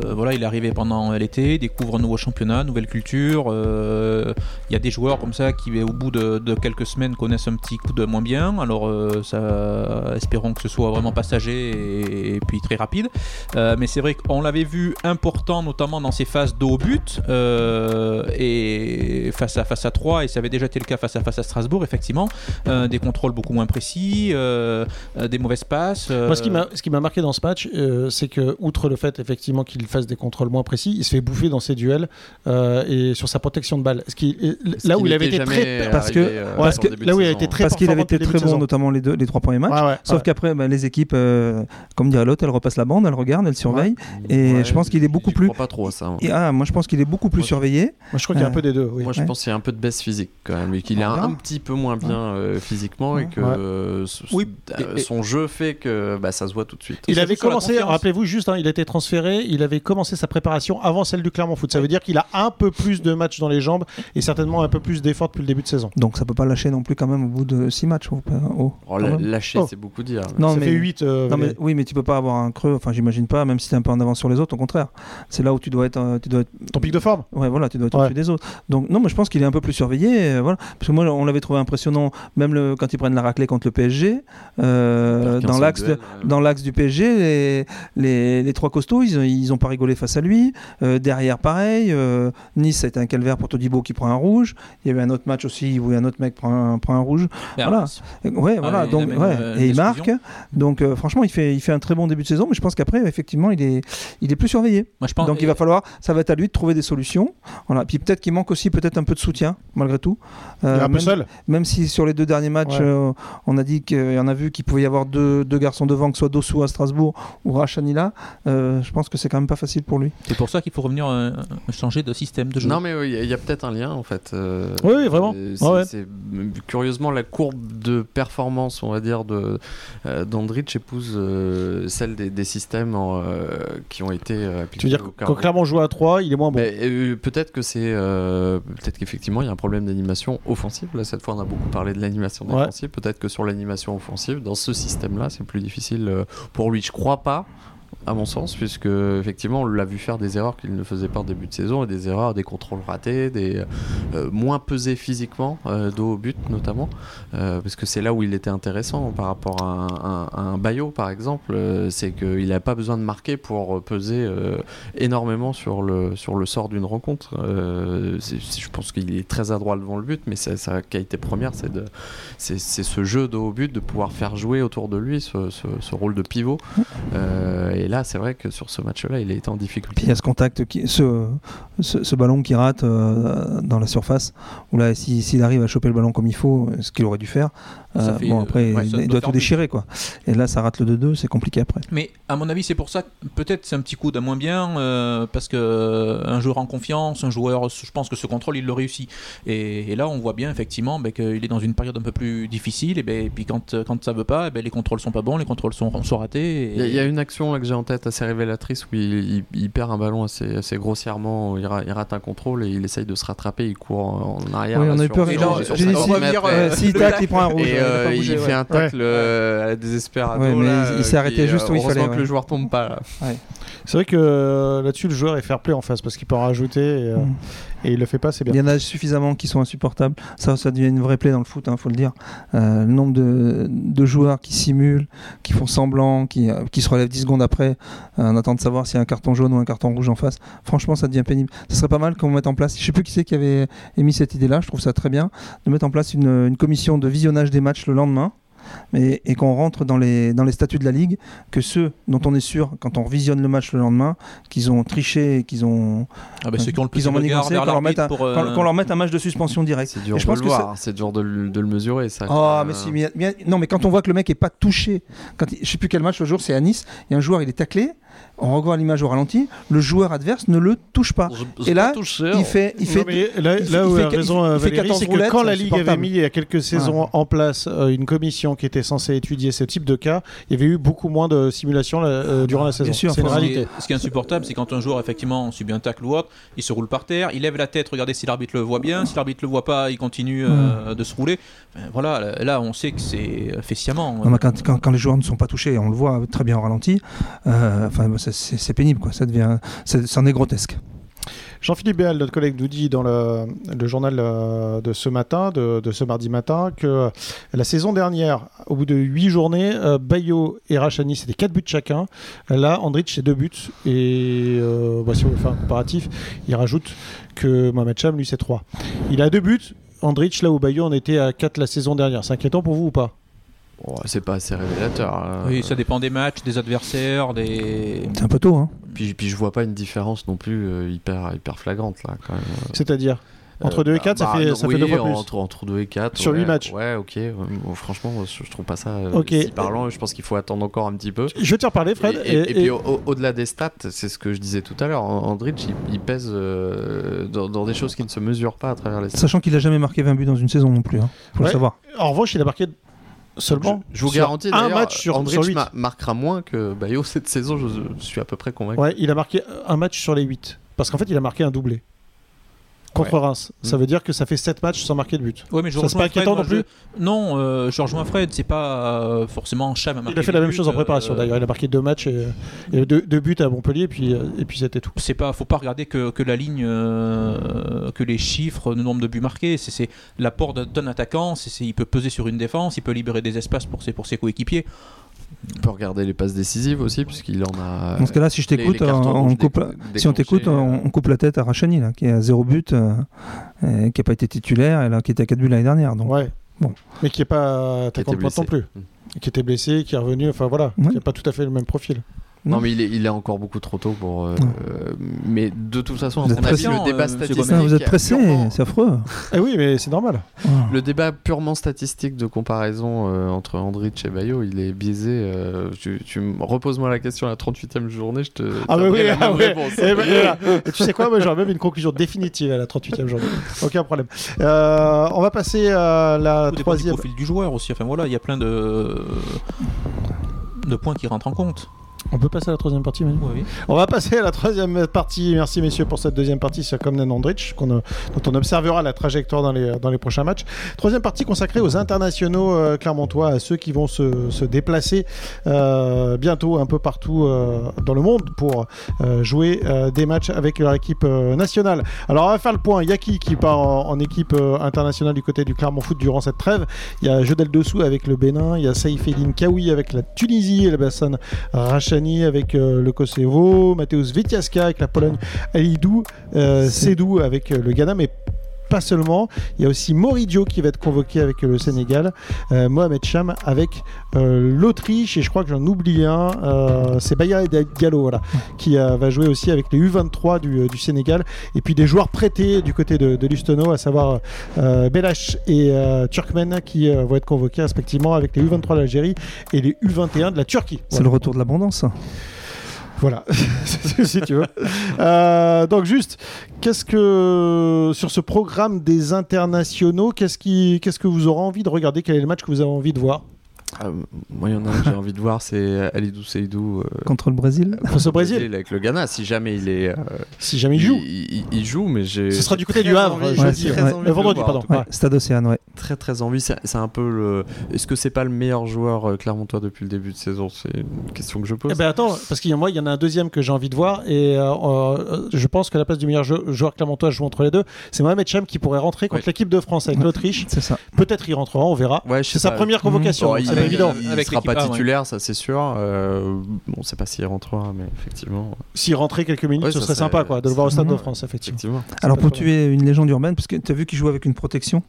[SPEAKER 3] euh, voilà, il est arrivé pendant l'été, découvre un nouveau championnat, nouvelle culture. euh, Il y a des joueurs comme ça qui, au bout de, de quelques semaines, connaissent un petit coup de moins bien. Alors, euh, ça, espérons que ce soit vraiment passager et, et puis très rapide. Euh, mais c'est vrai qu'on l'avait vu important, notamment dans ses phases de haut but euh, et face à face à 3, et ça avait déjà été le cas face à face à Strasbourg, effectivement. Euh, des contrôles beaucoup moins précis, euh, euh, des mauvaises passes.
[SPEAKER 1] Moi, ce qui
[SPEAKER 3] euh,
[SPEAKER 1] m'a- ce qui m'a marqué dans ce match, euh, c'est que, outre le fait effectivement qu'il fasse des contrôles moins précis, il se fait bouffer dans ses duels euh, et sur sa protection de balle. Ce qui- et-
[SPEAKER 2] Parce
[SPEAKER 1] là
[SPEAKER 2] qu'il
[SPEAKER 1] où il avait
[SPEAKER 2] n'était
[SPEAKER 1] été
[SPEAKER 2] jamais
[SPEAKER 1] très.
[SPEAKER 4] parce que-
[SPEAKER 2] arrivé, euh,
[SPEAKER 1] parce
[SPEAKER 2] en
[SPEAKER 1] que
[SPEAKER 2] début
[SPEAKER 1] là
[SPEAKER 2] de
[SPEAKER 1] où il a
[SPEAKER 2] saison.
[SPEAKER 1] été très
[SPEAKER 4] Parce qu'il
[SPEAKER 1] performant
[SPEAKER 4] avait été
[SPEAKER 1] depuis le
[SPEAKER 4] très
[SPEAKER 1] début de
[SPEAKER 4] bon,
[SPEAKER 1] saison.
[SPEAKER 4] notamment les, deux, les trois premiers matchs.
[SPEAKER 1] Ouais, ouais,
[SPEAKER 4] Sauf
[SPEAKER 1] ouais.
[SPEAKER 4] qu'après, ben, les équipes, euh, comme dirait l'autre, elles repassent la bande, elles regardent, elles surveillent. Et je pense qu'il est beaucoup
[SPEAKER 2] j'y
[SPEAKER 4] plus-
[SPEAKER 2] crois pas trop à ça. hein.
[SPEAKER 4] Et, ah, moi, je pense qu'il est beaucoup plus
[SPEAKER 2] Moi, je-
[SPEAKER 4] surveillé.
[SPEAKER 1] Moi, je crois qu'il y a un
[SPEAKER 4] Euh,
[SPEAKER 1] peu des deux. oui.
[SPEAKER 2] Moi, je
[SPEAKER 4] Ouais. Ah,
[SPEAKER 2] pense qu'il y a un peu de baisse physique quand même, et qu'il est
[SPEAKER 4] On
[SPEAKER 2] un,
[SPEAKER 4] verra.
[SPEAKER 2] un petit peu moins bien euh, physiquement, et que
[SPEAKER 1] Ouais.
[SPEAKER 2] euh, ce-
[SPEAKER 3] Oui,
[SPEAKER 2] euh,
[SPEAKER 3] et- et-
[SPEAKER 2] son jeu fait que bah, ça se voit tout de suite.
[SPEAKER 1] Il
[SPEAKER 3] ça
[SPEAKER 1] avait
[SPEAKER 3] joue sur la
[SPEAKER 1] commencé,
[SPEAKER 3] confiance.
[SPEAKER 1] rappelez-vous juste, hein, il a été transféré, il avait commencé sa préparation avant celle du Clermont Foot. Ça veut dire qu'il a un peu plus de matchs dans les jambes et certainement un peu plus d'efforts depuis le début de saison.
[SPEAKER 4] Donc, ça peut pas lâcher non plus quand même au bout de six matchs. ou pas- oh,
[SPEAKER 2] Oh,
[SPEAKER 4] quand
[SPEAKER 2] la-
[SPEAKER 4] même.
[SPEAKER 2] lâcher,
[SPEAKER 1] Oh.
[SPEAKER 2] c'est beaucoup dire.
[SPEAKER 4] Non,
[SPEAKER 1] ça
[SPEAKER 4] mais-
[SPEAKER 1] fait euh, 8.
[SPEAKER 4] Non, mais, oui, mais tu peux pas avoir un creux. Enfin, j'imagine pas, même si t'es un peu en avance sur les autres, au contraire. C'est là où tu dois être, euh, tu dois être
[SPEAKER 1] Ton pic de forme
[SPEAKER 4] Ouais, voilà, tu dois être
[SPEAKER 1] Ouais.
[SPEAKER 4] au-dessus des autres. Donc, non, mais je pense qu'il est un peu plus surveillé. euh, voilà. Parce que moi, on l'avait trouvé impressionnant, même le, quand ils prennent la raclée contre le PSG, euh, dans l'axe de- dans l'axe du PSG, les, les, les trois costauds, ils, ils ont pas rigolé face à lui. Euh, derrière, pareil. euh, nice, ça a été un calvaire pour Todibo qui prend un rouge. Il y a eu un autre match aussi où un autre mec prend un, prend un rouge.
[SPEAKER 3] Ben,
[SPEAKER 4] Voilà. Euh, Ouais, voilà.
[SPEAKER 3] il a
[SPEAKER 4] donc,
[SPEAKER 3] même,
[SPEAKER 4] ouais,
[SPEAKER 3] euh,
[SPEAKER 4] et il marque.
[SPEAKER 3] l'exclusion.
[SPEAKER 4] Donc, euh, franchement, il fait, il fait un très bon début de saison. Mais je pense qu'après, effectivement, il est, il est plus surveillé.
[SPEAKER 3] Moi, je pense,
[SPEAKER 4] Donc il va falloir, ça va être à lui de trouver des solutions. Voilà. Puis peut-être qu'il manque aussi peut-être un peu de soutien malgré tout. Euh,
[SPEAKER 1] Il est un peu
[SPEAKER 4] même,
[SPEAKER 1] seul.
[SPEAKER 4] même si sur les deux derniers matchs,
[SPEAKER 1] Ouais.
[SPEAKER 4] euh, on a dit qu'il y en a vu qu'il pouvait y avoir deux, deux garçons devant, que ce soit Dossou à Strasbourg ou Rachanila. euh, je pense que c'est quand même pas facile pour lui.
[SPEAKER 3] C'est pour ça qu'il faut revenir euh, changer de système de jeu.
[SPEAKER 2] Non, mais oui, il y a- il y a, peut-être un lien en fait. euh,
[SPEAKER 1] Oui, oui, vraiment.
[SPEAKER 2] euh, c'est-
[SPEAKER 1] Ouais, ouais.
[SPEAKER 2] c'est- curieusement, la courbe de performance, on va dire, de euh, d'Andrich épouse euh, celle des, des systèmes en, euh, qui ont été euh,
[SPEAKER 1] Tu
[SPEAKER 2] appliqués.
[SPEAKER 1] veux dire,
[SPEAKER 2] au
[SPEAKER 1] quand
[SPEAKER 2] Clermont.
[SPEAKER 1] Clermont joue à 3, il est moins bon.
[SPEAKER 2] Mais euh, peut-être que c'est euh, peut-être qu'effectivement il y a un problème d'animation offensive. Là cette fois on a beaucoup parlé de l'animation
[SPEAKER 1] Ouais.
[SPEAKER 2] défensive. Peut-être que sur l'animation offensive dans ce système-là c'est plus difficile euh, pour lui. Je crois pas à mon sens puisque effectivement on l'a vu faire des erreurs qu'il ne faisait pas en début de saison et des erreurs, des contrôles ratés, des euh, moins pesés physiquement euh, dos au but notamment euh, parce que c'est là où il était intéressant par rapport à un, un, à un Bayo par exemple. euh, c'est qu'il n'a pas besoin de marquer pour euh, peser euh, énormément sur le, sur le sort d'une rencontre. Euh, c'est- c'est- je pense qu'il est très adroit devant le but, mais sa, sa qualité première, c'est de- c'est c'est ce jeu de haut but, de pouvoir faire jouer autour de lui ce, ce- ce rôle de pivot. Euh, et là, c'est vrai que sur ce match-là, il a été en
[SPEAKER 4] Puis
[SPEAKER 2] difficulté.
[SPEAKER 4] il y a ce contact, qui, ce, ce, ce ballon qui rate euh, dans la surface. Où là, si- s'il arrive à choper le ballon comme il faut, euh, ce qu'il aurait dû faire,
[SPEAKER 3] Ça
[SPEAKER 4] euh,
[SPEAKER 3] fait,
[SPEAKER 4] bon
[SPEAKER 3] euh,
[SPEAKER 4] après
[SPEAKER 3] ouais,
[SPEAKER 4] il,
[SPEAKER 3] ça
[SPEAKER 4] il
[SPEAKER 3] doit
[SPEAKER 4] doit
[SPEAKER 3] faire
[SPEAKER 4] tout
[SPEAKER 3] but.
[SPEAKER 4] déchirer quoi. Et là, ça rate le 2-2, c'est compliqué après.
[SPEAKER 3] Mais à mon avis, c'est pour ça que peut-être c'est un petit coup d'un moins bien, euh, parce que euh, un joueur en confiance, un joueur, je pense que ce contrôle, il le réussit. Et, et là, on voit bien effectivement ben, qu'il est dans une période un peu plus difficile, et, ben, et puis quand, euh, quand ça veut pas, eh ben, les contrôles sont pas bons, les contrôles sont, sont ratés. et-
[SPEAKER 2] Il y, a- il y a une action là, que j'ai en tête assez révélatrice où il, il- il perd un ballon assez, assez grossièrement, il, ra- il rate un contrôle et il essaye de se rattraper, il court en en arrière.
[SPEAKER 4] Oui,
[SPEAKER 2] là,
[SPEAKER 4] on a eu
[SPEAKER 2] sur-
[SPEAKER 4] peur.
[SPEAKER 3] Et
[SPEAKER 2] sur-
[SPEAKER 3] genre,
[SPEAKER 2] sur
[SPEAKER 4] j'ai dit,
[SPEAKER 2] 50
[SPEAKER 4] Euh, si-
[SPEAKER 2] mètres,
[SPEAKER 3] ouais,
[SPEAKER 2] et-
[SPEAKER 4] Ouais, s'il
[SPEAKER 3] le
[SPEAKER 4] tacle,
[SPEAKER 3] tacle.
[SPEAKER 4] il prend un rouge.
[SPEAKER 2] Et
[SPEAKER 4] ouais,
[SPEAKER 2] euh,
[SPEAKER 4] il a pas
[SPEAKER 2] il
[SPEAKER 4] bougé, ouais.
[SPEAKER 2] fait un tacle euh, à la désespérado.
[SPEAKER 4] Ouais, mais
[SPEAKER 2] là,
[SPEAKER 4] il- il s'est
[SPEAKER 2] euh,
[SPEAKER 4] arrêté
[SPEAKER 2] qui,
[SPEAKER 4] juste où il
[SPEAKER 2] heureusement
[SPEAKER 4] fallait,
[SPEAKER 2] que
[SPEAKER 4] ouais.
[SPEAKER 2] le joueur tombe pas. là.
[SPEAKER 1] C'est vrai que euh, là-dessus, le joueur est fair play en face parce qu'il peut en rajouter et, euh,
[SPEAKER 4] Mm.
[SPEAKER 1] et il le fait pas, c'est bien.
[SPEAKER 4] Il y en a suffisamment qui sont insupportables. Ça, ça devient une vraie plaie dans le foot, il faut le dire. Euh, le nombre de, de joueurs qui simulent, qui font semblant, qui, euh, qui se relèvent 10 secondes après, euh, en attendant de savoir s'il y a un carton jaune ou un carton rouge en face. Franchement, ça devient pénible. Ce serait pas mal qu'on mette en place, je sais plus qui c'est qui avait émis cette idée-là, je trouve ça très bien, de mettre en place une, une commission de visionnage des matchs le lendemain. Et, et qu'on rentre dans les, dans les statuts de la Ligue, que ceux dont on est sûr, quand on visionne le match le lendemain, qu'ils ont triché, et qu'ils ont,
[SPEAKER 3] Ah ben, ceux qui ont le plus
[SPEAKER 4] qu'ils ont
[SPEAKER 3] de regard
[SPEAKER 4] manigancé,
[SPEAKER 3] vers
[SPEAKER 4] qu'on leur, mette
[SPEAKER 3] l'arbitre
[SPEAKER 4] un-
[SPEAKER 3] pour,
[SPEAKER 4] qu'on-
[SPEAKER 3] euh,
[SPEAKER 4] qu'on leur mette un match de suspension direct.
[SPEAKER 2] C'est dur
[SPEAKER 4] Et je
[SPEAKER 2] de
[SPEAKER 4] pense
[SPEAKER 2] le
[SPEAKER 4] que ça-
[SPEAKER 2] voir, c'est dur de, le- de le mesurer. Ça,
[SPEAKER 4] Ah,
[SPEAKER 2] Euh,
[SPEAKER 4] mais si, mais- mais- non, mais quand on voit que le mec est pas touché, quand il- je sais plus quel match le jour, c'est à Nice, et un joueur il est taclé, on revoit l'image au ralenti, le joueur adverse ne le touche pas. Et là, il fait, il fait,
[SPEAKER 1] Non, mais là,
[SPEAKER 4] il fait-
[SPEAKER 1] là où
[SPEAKER 4] il fait-
[SPEAKER 1] a raison
[SPEAKER 4] il
[SPEAKER 1] euh,
[SPEAKER 4] fait
[SPEAKER 1] Valérie,
[SPEAKER 4] 14
[SPEAKER 1] c'est que
[SPEAKER 4] roulettes,
[SPEAKER 1] quand la
[SPEAKER 4] c'est
[SPEAKER 1] Ligue avait
[SPEAKER 4] insupportable.
[SPEAKER 1] mis il y a quelques saisons en place euh, une commission qui était censée étudier ce type de cas, il y avait eu beaucoup moins de simulations là, euh, durant la saison.
[SPEAKER 4] Ah, sûr,
[SPEAKER 1] C'est une
[SPEAKER 4] faut-
[SPEAKER 3] Ce qui,
[SPEAKER 1] réalité.
[SPEAKER 3] est, ce qui est insupportable, c'est quand un joueur effectivement subit un tacle ou autre, il se roule par terre, il lève la tête, regardez si l'arbitre le voit bien, si l'arbitre le voit pas, il continue
[SPEAKER 1] Hmm.
[SPEAKER 3] euh, de se rouler. Enfin, voilà, là on sait que c'est euh, fait sciemment.
[SPEAKER 4] Non, mais quand, quand- quand les joueurs ne sont pas touchés, on le voit très bien au ralenti, euh, enfin, c'est- c'est c'est pénible, quoi. Ça devient, c'est- c'en est grotesque.
[SPEAKER 1] Jean-Philippe Béal, notre collègue, nous dit dans le, le journal euh, de ce matin, de, de ce mardi matin, que la saison dernière, au bout de huit journées, euh, Bayo et Rachani, c'était quatre buts chacun. Là, Andrich, c'est deux buts. Et euh, bah, si on veut faire un comparatif, il rajoute que Mohamed Cham, lui, c'est trois. Il a deux buts. Andrich, là où Bayo en était à quatre la saison dernière. C'est inquiétant pour vous ou pas
[SPEAKER 2] Oh, c'est pas assez révélateur. hein.
[SPEAKER 3] Oui, ça dépend des matchs, des adversaires, des.
[SPEAKER 4] C'est un peu tôt, hein.
[SPEAKER 2] Puis, puis je vois pas une différence non plus euh, hyper, hyper flagrante là. Quand même.
[SPEAKER 1] C'est-à-dire Entre
[SPEAKER 2] Euh,
[SPEAKER 1] deux et
[SPEAKER 2] bah,
[SPEAKER 1] quatre, ça
[SPEAKER 2] bah,
[SPEAKER 1] fait-
[SPEAKER 2] non,
[SPEAKER 1] ça
[SPEAKER 2] oui,
[SPEAKER 1] fait deux fois plus.
[SPEAKER 2] Entre, entre 2 et 4.
[SPEAKER 1] Sur
[SPEAKER 2] ouais,
[SPEAKER 1] huit matchs.
[SPEAKER 2] Ouais, ok. ouais, bon, franchement, je, je trouve pas ça euh,
[SPEAKER 1] Ok.
[SPEAKER 2] si parlant. Je pense qu'il faut attendre encore un petit peu.
[SPEAKER 1] Je vais te reparler, Fred.
[SPEAKER 2] et, et-
[SPEAKER 1] et-
[SPEAKER 2] et
[SPEAKER 1] et-
[SPEAKER 2] puis au- au- au-delà des stats, c'est ce que je disais tout à l'heure. An- Andrich, il, il pèse euh, dans, dans des choses qui ne se mesurent pas à travers les stats.
[SPEAKER 4] Sachant qu'il n'a jamais marqué 20 buts dans une saison non plus, hein. faut
[SPEAKER 1] Ouais.
[SPEAKER 4] le savoir.
[SPEAKER 1] En revanche, il a marqué seulement
[SPEAKER 2] je, je vous
[SPEAKER 1] sur
[SPEAKER 2] garantis
[SPEAKER 1] un
[SPEAKER 2] d'ailleurs,
[SPEAKER 1] match sur,
[SPEAKER 2] Andrich
[SPEAKER 1] sur huit.
[SPEAKER 2] ma- marquera moins que Bayo <laughs> cette saison. Je, je suis à peu près convaincu.
[SPEAKER 1] Ouais, il a marqué un match sur les 8. Parce qu'en fait, il a marqué un doublé. Contre Reims. Ça
[SPEAKER 2] Mm.
[SPEAKER 1] veut dire que ça fait 7 matchs sans marquer de but.
[SPEAKER 3] Ouais, mais
[SPEAKER 1] Ça,
[SPEAKER 3] je
[SPEAKER 1] c'est
[SPEAKER 3] rejoins
[SPEAKER 1] pas
[SPEAKER 3] Fred,
[SPEAKER 1] inquiétant
[SPEAKER 3] moi,
[SPEAKER 1] non plus
[SPEAKER 3] je- Non, euh, je rejoins Fred, c'est pas euh, forcément Cham à
[SPEAKER 1] Il
[SPEAKER 3] marquer
[SPEAKER 1] a fait
[SPEAKER 3] des
[SPEAKER 1] la même
[SPEAKER 3] buts,
[SPEAKER 1] chose en préparation
[SPEAKER 3] euh,
[SPEAKER 1] d'ailleurs. Il a marqué deux matchs et, et deux, deux buts à Montpellier, puis, euh, et puis c'était tout.
[SPEAKER 3] c'est pas faut pas regarder que, que la ligne euh, que les chiffres le nombre de buts marqués c'est c'est l'apport d'un d'un attaquant c'est c'est- il peut peser sur une défense il peut libérer des espaces pour ses pour ses coéquipiers
[SPEAKER 2] On peut regarder les passes décisives aussi, puisqu'il en a.
[SPEAKER 4] Dans ce cas-là, si je
[SPEAKER 2] Euh, les-
[SPEAKER 4] t'écoute,
[SPEAKER 2] les
[SPEAKER 4] on,
[SPEAKER 2] cartons
[SPEAKER 4] on
[SPEAKER 2] rouges
[SPEAKER 4] coupe.
[SPEAKER 2] déc-
[SPEAKER 4] Si on t'écoute,
[SPEAKER 2] déclenchés, euh,
[SPEAKER 4] on, on coupe la tête à Rachani, là, qui est à 0 but, euh, et qui n'a pas été titulaire, et là, qui était à 4 buts l'année dernière. Donc,
[SPEAKER 1] Ouais.
[SPEAKER 4] Bon.
[SPEAKER 1] Mais qui n'est pas
[SPEAKER 2] Qui
[SPEAKER 1] attaquant
[SPEAKER 2] était
[SPEAKER 1] de pointe non plus.
[SPEAKER 2] blessé. Mm.
[SPEAKER 1] Qui était blessé, qui est revenu, enfin voilà.
[SPEAKER 4] Ouais.
[SPEAKER 1] Qui n'a pas tout à fait le même profil.
[SPEAKER 2] Non,
[SPEAKER 4] Non.
[SPEAKER 2] mais il est, il est encore beaucoup trop tôt pour. euh,
[SPEAKER 4] Non.
[SPEAKER 2] euh, mais de toute façon, à
[SPEAKER 4] Vous
[SPEAKER 2] mon
[SPEAKER 4] êtes
[SPEAKER 2] avis,
[SPEAKER 3] pressé,
[SPEAKER 2] le
[SPEAKER 3] euh,
[SPEAKER 2] débat
[SPEAKER 3] monsieur
[SPEAKER 2] statistique.
[SPEAKER 4] Putain, vous êtes pressé,
[SPEAKER 2] purement-
[SPEAKER 4] c'est affreux.
[SPEAKER 1] Eh oui, mais c'est normal.
[SPEAKER 4] Ah.
[SPEAKER 2] Le débat purement statistique de comparaison euh, entre Andrich et Bayo, il est biaisé. euh, tu tu me- reposes-moi la question à la 38e journée, je te.
[SPEAKER 1] Ah bah
[SPEAKER 2] donnerai
[SPEAKER 1] oui,
[SPEAKER 2] la
[SPEAKER 1] ah
[SPEAKER 2] même
[SPEAKER 1] ouais.
[SPEAKER 2] réponse.
[SPEAKER 1] Eh ben, voilà. Et tu sais quoi, moi j'aurais même une conclusion définitive à la 38e journée. Aucun problème. Euh, on va passer à la
[SPEAKER 3] Tout dépend du
[SPEAKER 1] troisième.
[SPEAKER 3] profil du joueur aussi enfin voilà il y a plein de de points qui rentrent en compte
[SPEAKER 1] On peut passer à la troisième partie, Manu On va passer à la troisième partie. Merci messieurs pour cette deuxième partie sur Comden Andrich, qu'on, euh, dont on observera la trajectoire dans les, euh, dans les prochains matchs. Troisième partie consacrée aux internationaux euh, clermontois, à ceux qui vont se, se déplacer euh, bientôt un peu partout euh, dans le monde pour euh, jouer euh, des matchs avec leur équipe euh, nationale. Alors on va faire le point. Il y a qui qui part en, en équipe euh, internationale du côté du Clermont Foot durant cette trêve Il y a Jodel Dessous avec le Bénin, il y a Saïf Eddine Kaoui avec la Tunisie, El Bassan Rachani avec euh, le Kosovo, Mateusz Vityaska avec la Pologne, Alidou, euh,
[SPEAKER 4] C'est-
[SPEAKER 1] Sédou avec euh, le Ghana, mais pas seulement. Il y a aussi Moridio qui va être convoqué avec euh, le Sénégal, euh, Mohamed Cham avec euh, l'Autriche, et je crois que j'en oublie un, euh, c'est Baya Diallo, voilà, qui euh, va jouer aussi avec les U23 du, euh, du Sénégal, et puis des joueurs prêtés du côté de, de Lustono, à savoir euh, Belash et euh, Turkmen qui euh, vont être convoqués respectivement avec les U23 de l'Algérie et les U21 de la Turquie.
[SPEAKER 4] C'est le retour de l'abondance. ça.
[SPEAKER 1] Voilà, <laughs> si tu veux. Euh, donc juste, qu'est-ce que sur ce programme des internationaux, qu'est-ce qui, qu'est-ce que vous aurez envie de regarder Quel est le match que vous avez envie de voir
[SPEAKER 2] Ah, moi, il y en a un que j'ai envie de voir, c'est Alidou Seydou. euh,
[SPEAKER 4] Contre le Brésil
[SPEAKER 1] face au Brésil
[SPEAKER 2] Avec le Ghana, si jamais il est. euh,
[SPEAKER 1] Si jamais il joue,
[SPEAKER 2] Il, il- il joue, mais j'ai.
[SPEAKER 1] ce sera du
[SPEAKER 2] j'ai
[SPEAKER 1] côté
[SPEAKER 2] très
[SPEAKER 1] du Havre
[SPEAKER 2] envie-
[SPEAKER 1] jeudi,
[SPEAKER 2] j'ai très
[SPEAKER 1] ouais.
[SPEAKER 2] envie
[SPEAKER 1] Euh,
[SPEAKER 2] de le
[SPEAKER 1] vendredi,
[SPEAKER 2] voir, en
[SPEAKER 1] pardon.
[SPEAKER 2] tout
[SPEAKER 1] Ouais.
[SPEAKER 4] Ouais, Stade Océane, ouais.
[SPEAKER 2] très très envie. C'est c'est un peu le. Est-ce que c'est pas le meilleur joueur euh, clermontois depuis le début de saison C'est une question que je pose.
[SPEAKER 1] Eh ben attends, parce qu'il y en a moi, il y en a un deuxième que j'ai envie de voir et euh, euh, je pense que la place du meilleur jeu- joueur clermontois joue entre les deux. C'est Mohamed Cham qui pourrait rentrer contre
[SPEAKER 2] Oui.
[SPEAKER 1] l'équipe de France avec
[SPEAKER 4] Ouais.
[SPEAKER 1] l'Autriche.
[SPEAKER 4] C'est ça.
[SPEAKER 1] Peut-être il rentrera, on verra.
[SPEAKER 2] Ouais, je sais
[SPEAKER 1] C'est sa
[SPEAKER 2] pas.
[SPEAKER 1] première convocation,
[SPEAKER 2] Bon,
[SPEAKER 1] donc
[SPEAKER 2] il,
[SPEAKER 1] c'est pas
[SPEAKER 2] il-
[SPEAKER 1] évident.
[SPEAKER 2] il
[SPEAKER 3] Avec
[SPEAKER 2] sera pas
[SPEAKER 3] l'équipe A, ouais.
[SPEAKER 2] titulaire, ça c'est sûr. Euh, on sait pas s'il rentrera, mais effectivement.
[SPEAKER 1] S'il rentrait quelques minutes,
[SPEAKER 2] Ouais,
[SPEAKER 1] ce
[SPEAKER 2] ça
[SPEAKER 1] serait
[SPEAKER 2] serait-
[SPEAKER 1] sympa quoi, de le voir au Stade de
[SPEAKER 2] Mhm.
[SPEAKER 1] France, effectivement.
[SPEAKER 2] effectivement.
[SPEAKER 4] Alors
[SPEAKER 1] pas
[SPEAKER 4] pour
[SPEAKER 1] trop
[SPEAKER 4] tuer une légende urbaine, parce que tu as vu qu'il joue avec une protection.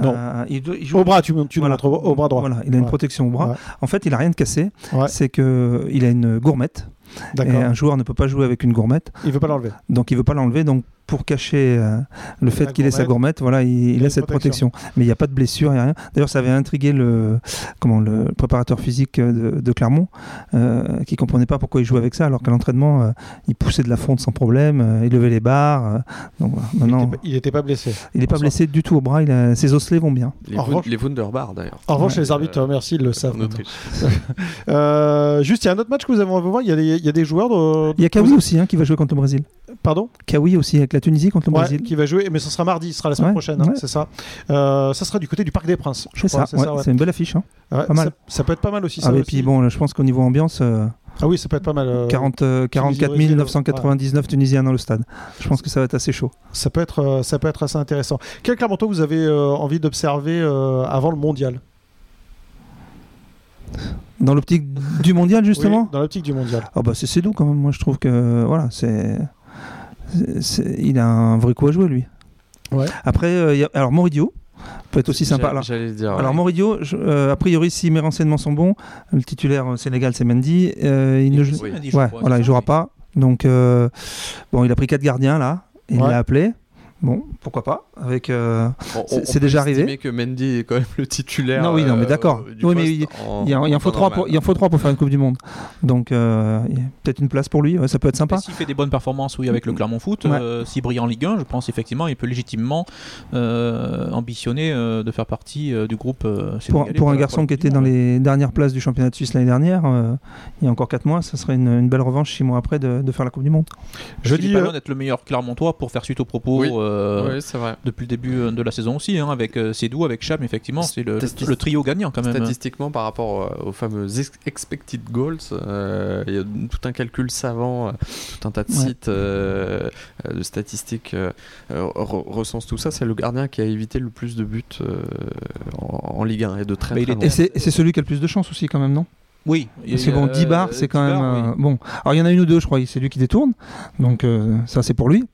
[SPEAKER 1] Non.
[SPEAKER 4] Euh, il, doit- il joue
[SPEAKER 1] Au bras, tu, me- tu
[SPEAKER 4] Voilà.
[SPEAKER 1] me montres au, au bras droit.
[SPEAKER 4] Voilà, il a une
[SPEAKER 1] Ouais.
[SPEAKER 4] protection au bras.
[SPEAKER 1] Ouais.
[SPEAKER 4] En fait, il a rien de cassé.
[SPEAKER 1] Ouais.
[SPEAKER 4] C'est que euh, il a une gourmette. Et euh,
[SPEAKER 1] D'accord.
[SPEAKER 4] un joueur ne peut pas jouer avec une gourmette,
[SPEAKER 1] Il veut pas l'enlever.
[SPEAKER 4] donc il veut pas l'enlever. Donc pour cacher euh, le fait
[SPEAKER 1] La
[SPEAKER 4] qu'il ait sa
[SPEAKER 1] gourmette.
[SPEAKER 4] gourmette. Voilà, il, il
[SPEAKER 1] y a
[SPEAKER 4] a
[SPEAKER 1] une
[SPEAKER 4] cette protection. Mais il n'y a pas de blessure, il n'y a rien. D'ailleurs, ça avait intrigué le, comment, le préparateur physique euh, de, de Clermont, euh, qui ne comprenait pas pourquoi il jouait avec ça, alors qu'à l'entraînement, euh, il poussait de la fronte sans problème, euh, il levait les barres. euh, donc voilà. maintenant,
[SPEAKER 1] Il n'était pas blessé.
[SPEAKER 4] il n'est pas
[SPEAKER 1] bonsoir.
[SPEAKER 4] blessé du tout au bras, il a- ses osselets vont bien.
[SPEAKER 2] Les,
[SPEAKER 1] En
[SPEAKER 2] Wun-
[SPEAKER 1] revanche-
[SPEAKER 2] les Wunderbar d'ailleurs.
[SPEAKER 1] En revanche,
[SPEAKER 2] Ouais.
[SPEAKER 1] les arbitres, euh, merci, ils le savent.
[SPEAKER 2] En
[SPEAKER 1] maintenant.
[SPEAKER 2] Autriche.
[SPEAKER 1] Euh, juste, il y a un autre match que vous avez envie de voir. Il y a des, il y a des joueurs. De...
[SPEAKER 4] Il y a Kawi aussi hein, qui va jouer contre le Brésil.
[SPEAKER 1] Pardon
[SPEAKER 4] Kawi aussi avec la Tunisie contre le
[SPEAKER 1] Ouais,
[SPEAKER 4] Brésil.
[SPEAKER 1] qui va jouer, mais ce sera mardi, ce sera la semaine
[SPEAKER 4] Ouais,
[SPEAKER 1] prochaine, hein,
[SPEAKER 4] ouais.
[SPEAKER 1] c'est ça. Euh, ça sera du côté du Parc des Princes. je
[SPEAKER 4] C'est ça,
[SPEAKER 1] crois,
[SPEAKER 4] ouais, c'est une belle affiche. hein.
[SPEAKER 1] Ouais,
[SPEAKER 4] pas mal.
[SPEAKER 1] Ça, ça peut être pas mal aussi.
[SPEAKER 4] Ah,
[SPEAKER 1] ça
[SPEAKER 4] et
[SPEAKER 1] aussi.
[SPEAKER 4] puis bon, là, je pense qu'au niveau ambiance, euh,
[SPEAKER 1] Ah oui, ça peut être pas mal. euh,
[SPEAKER 4] 40, euh, 44
[SPEAKER 1] Brésil,
[SPEAKER 4] 999 Tunisiens dans le stade. Je pense que ça va être assez chaud.
[SPEAKER 1] Ça peut être, euh, ça peut être assez intéressant. Quel Clermontois vous avez euh, envie d'observer euh, avant le mondial
[SPEAKER 4] Dans l'optique du mondial, justement
[SPEAKER 1] Oui, Dans l'optique du mondial.
[SPEAKER 4] Ah bah c'est Sédou quand même. Moi je trouve que voilà, c'est c'est- c'est- il a un vrai coup à jouer lui.
[SPEAKER 1] Ouais.
[SPEAKER 4] Après euh, il y a- alors Moridio peut être aussi sympa.
[SPEAKER 2] J'a-
[SPEAKER 4] Alors,
[SPEAKER 2] J'allais le dire. ouais.
[SPEAKER 4] alors Moridio, je- euh, a priori si mes renseignements sont bons, le titulaire euh, sénégal c'est Mendy. euh, il ne joue,
[SPEAKER 2] Oui.
[SPEAKER 3] dit, je
[SPEAKER 4] ouais,
[SPEAKER 3] crois,
[SPEAKER 4] voilà,
[SPEAKER 3] c'est
[SPEAKER 4] il
[SPEAKER 3] ça,
[SPEAKER 4] jouera
[SPEAKER 3] oui.
[SPEAKER 4] pas. Donc euh, bon, il a pris quatre gardiens là. Il
[SPEAKER 1] Ouais.
[SPEAKER 4] l'a appelé. Bon, pourquoi pas avec. euh,
[SPEAKER 2] On- on-
[SPEAKER 4] c'est-
[SPEAKER 2] on
[SPEAKER 4] c'est
[SPEAKER 2] peut
[SPEAKER 4] déjà
[SPEAKER 2] estimer
[SPEAKER 4] arrivé.
[SPEAKER 2] que Mendy est quand même le titulaire. euh,
[SPEAKER 4] Non, oui, non, mais d'accord.
[SPEAKER 2] du
[SPEAKER 4] Oui, mais
[SPEAKER 2] poste en-
[SPEAKER 4] il, y en- il en
[SPEAKER 2] en
[SPEAKER 4] faut
[SPEAKER 2] temps
[SPEAKER 4] trois
[SPEAKER 2] normal.
[SPEAKER 4] pour, il en faut trois pour faire une Coupe du Monde. Donc euh, il y a peut-être une place pour lui. ouais, ça peut être sympa.
[SPEAKER 3] Mais S'il fait des bonnes performances, oui, avec le Clermont Foot,
[SPEAKER 4] Ouais.
[SPEAKER 3] euh, s'il brille en Ligue 1, je pense effectivement il peut légitimement euh, ambitionner euh, de faire partie euh, du groupe. euh,
[SPEAKER 4] pour,
[SPEAKER 3] sénégalais
[SPEAKER 4] pour un
[SPEAKER 3] la
[SPEAKER 4] garçon
[SPEAKER 3] Coupe
[SPEAKER 4] qui
[SPEAKER 3] du
[SPEAKER 4] était dans
[SPEAKER 3] Monde.
[SPEAKER 4] les dernières places du championnat de Suisse l'année dernière, euh, il y a encore 4 mois, ça serait une, une belle revanche 6 mois après de, de faire la Coupe du Monde.
[SPEAKER 1] Je
[SPEAKER 3] Il est
[SPEAKER 1] dis,
[SPEAKER 3] pas
[SPEAKER 1] euh,
[SPEAKER 3] loin d'être le meilleur Clermontois pour faire suite aux propos
[SPEAKER 2] Oui.
[SPEAKER 3] euh,
[SPEAKER 2] Oui, c'est vrai.
[SPEAKER 3] depuis le début euh, de la saison aussi, hein, avec euh, Sédou, avec Cham, effectivement, c'est le,
[SPEAKER 2] Statistique.
[SPEAKER 3] le trio gagnant quand même.
[SPEAKER 2] Statistiquement, par rapport euh, aux fameux ex- expected goals, euh, il y a tout un calcul savant, euh, tout un tas de
[SPEAKER 4] Ouais.
[SPEAKER 2] sites euh, euh, de statistiques euh, euh, re- recense tout ça. C'est le gardien qui a évité le plus de buts euh, en, en Ligue 1 et de très,
[SPEAKER 3] Mais il
[SPEAKER 2] très
[SPEAKER 4] Et
[SPEAKER 2] loin.
[SPEAKER 4] c'est et c'est celui qui a le plus de chance aussi, quand même, non
[SPEAKER 3] Oui,
[SPEAKER 4] Parce que
[SPEAKER 3] euh,
[SPEAKER 4] bon, 10 bars, c'est quand même. euh, Bon, alors il y en a une ou deux, je crois, c'est lui qui détourne, donc euh, ça c'est pour lui.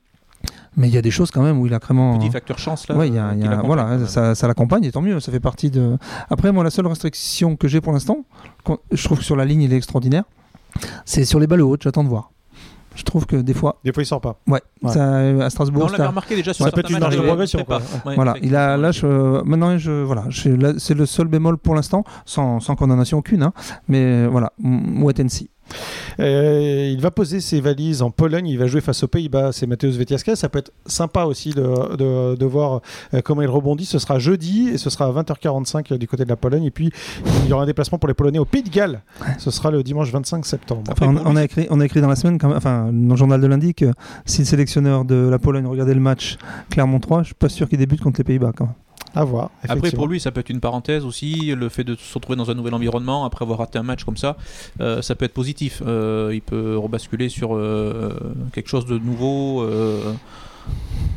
[SPEAKER 4] Mais il y a des choses quand même où il a vraiment.
[SPEAKER 3] Petit facteur chance là.
[SPEAKER 4] euh, Ouais, il y a-
[SPEAKER 3] euh,
[SPEAKER 4] il y
[SPEAKER 3] qui
[SPEAKER 4] a-
[SPEAKER 3] l'accompagne, quand
[SPEAKER 4] voilà,
[SPEAKER 3] même.
[SPEAKER 4] ça, ça l'accompagne et tant mieux, ça fait partie de. Après, moi, la seule restriction que j'ai pour l'instant, qu'on- je trouve que sur la ligne, il est extraordinaire, c'est sur les balles hautes, j'attends de voir. Je trouve que des fois,
[SPEAKER 1] des fois, il sort pas.
[SPEAKER 4] ouais,
[SPEAKER 1] Ouais.
[SPEAKER 4] ça, à Strasbourg,
[SPEAKER 3] Mais on
[SPEAKER 4] ça-
[SPEAKER 3] l'avait remarqué déjà sur
[SPEAKER 4] Ça
[SPEAKER 1] peut être
[SPEAKER 3] certains
[SPEAKER 1] une marge
[SPEAKER 3] matchs
[SPEAKER 1] de
[SPEAKER 3] de
[SPEAKER 1] progression,
[SPEAKER 3] prépa. Ouais,
[SPEAKER 4] voilà, il a, là, je, euh, maintenant, je, voilà, je- là, c'est le seul bémol pour l'instant, sans, sans condamnation aucune, hein, mais euh, voilà, m- wait and see.
[SPEAKER 1] Euh, il va poser ses valises en Pologne, il va jouer face aux Pays-Bas, c'est Mateusz Wetiaska. Ça peut être sympa aussi de, de- de voir euh, comment il rebondit. Ce sera jeudi et ce sera à 20h45 euh, du côté de la Pologne. Et puis, il y aura un déplacement pour les Polonais au Pays de Galles. Ce sera le dimanche 25 septembre.
[SPEAKER 3] Après,
[SPEAKER 4] Enfin,
[SPEAKER 3] pour
[SPEAKER 4] on, on
[SPEAKER 3] lui,
[SPEAKER 4] a écrit, on a écrit dans la semaine, quand même- enfin, dans le journal de lundi, que si le sélectionneur de la Pologne regardait le match Clermont 3, je suis pas sûr qu'il débute contre les Pays-Bas quand même.
[SPEAKER 1] À voir.
[SPEAKER 3] Après,
[SPEAKER 1] effectivement.
[SPEAKER 3] pour lui, ça peut être une parenthèse aussi. Le fait de se retrouver dans un nouvel environnement après avoir raté un match comme ça, euh, ça peut être positif. Euh, il peut rebasculer sur euh, quelque chose de nouveau. euh,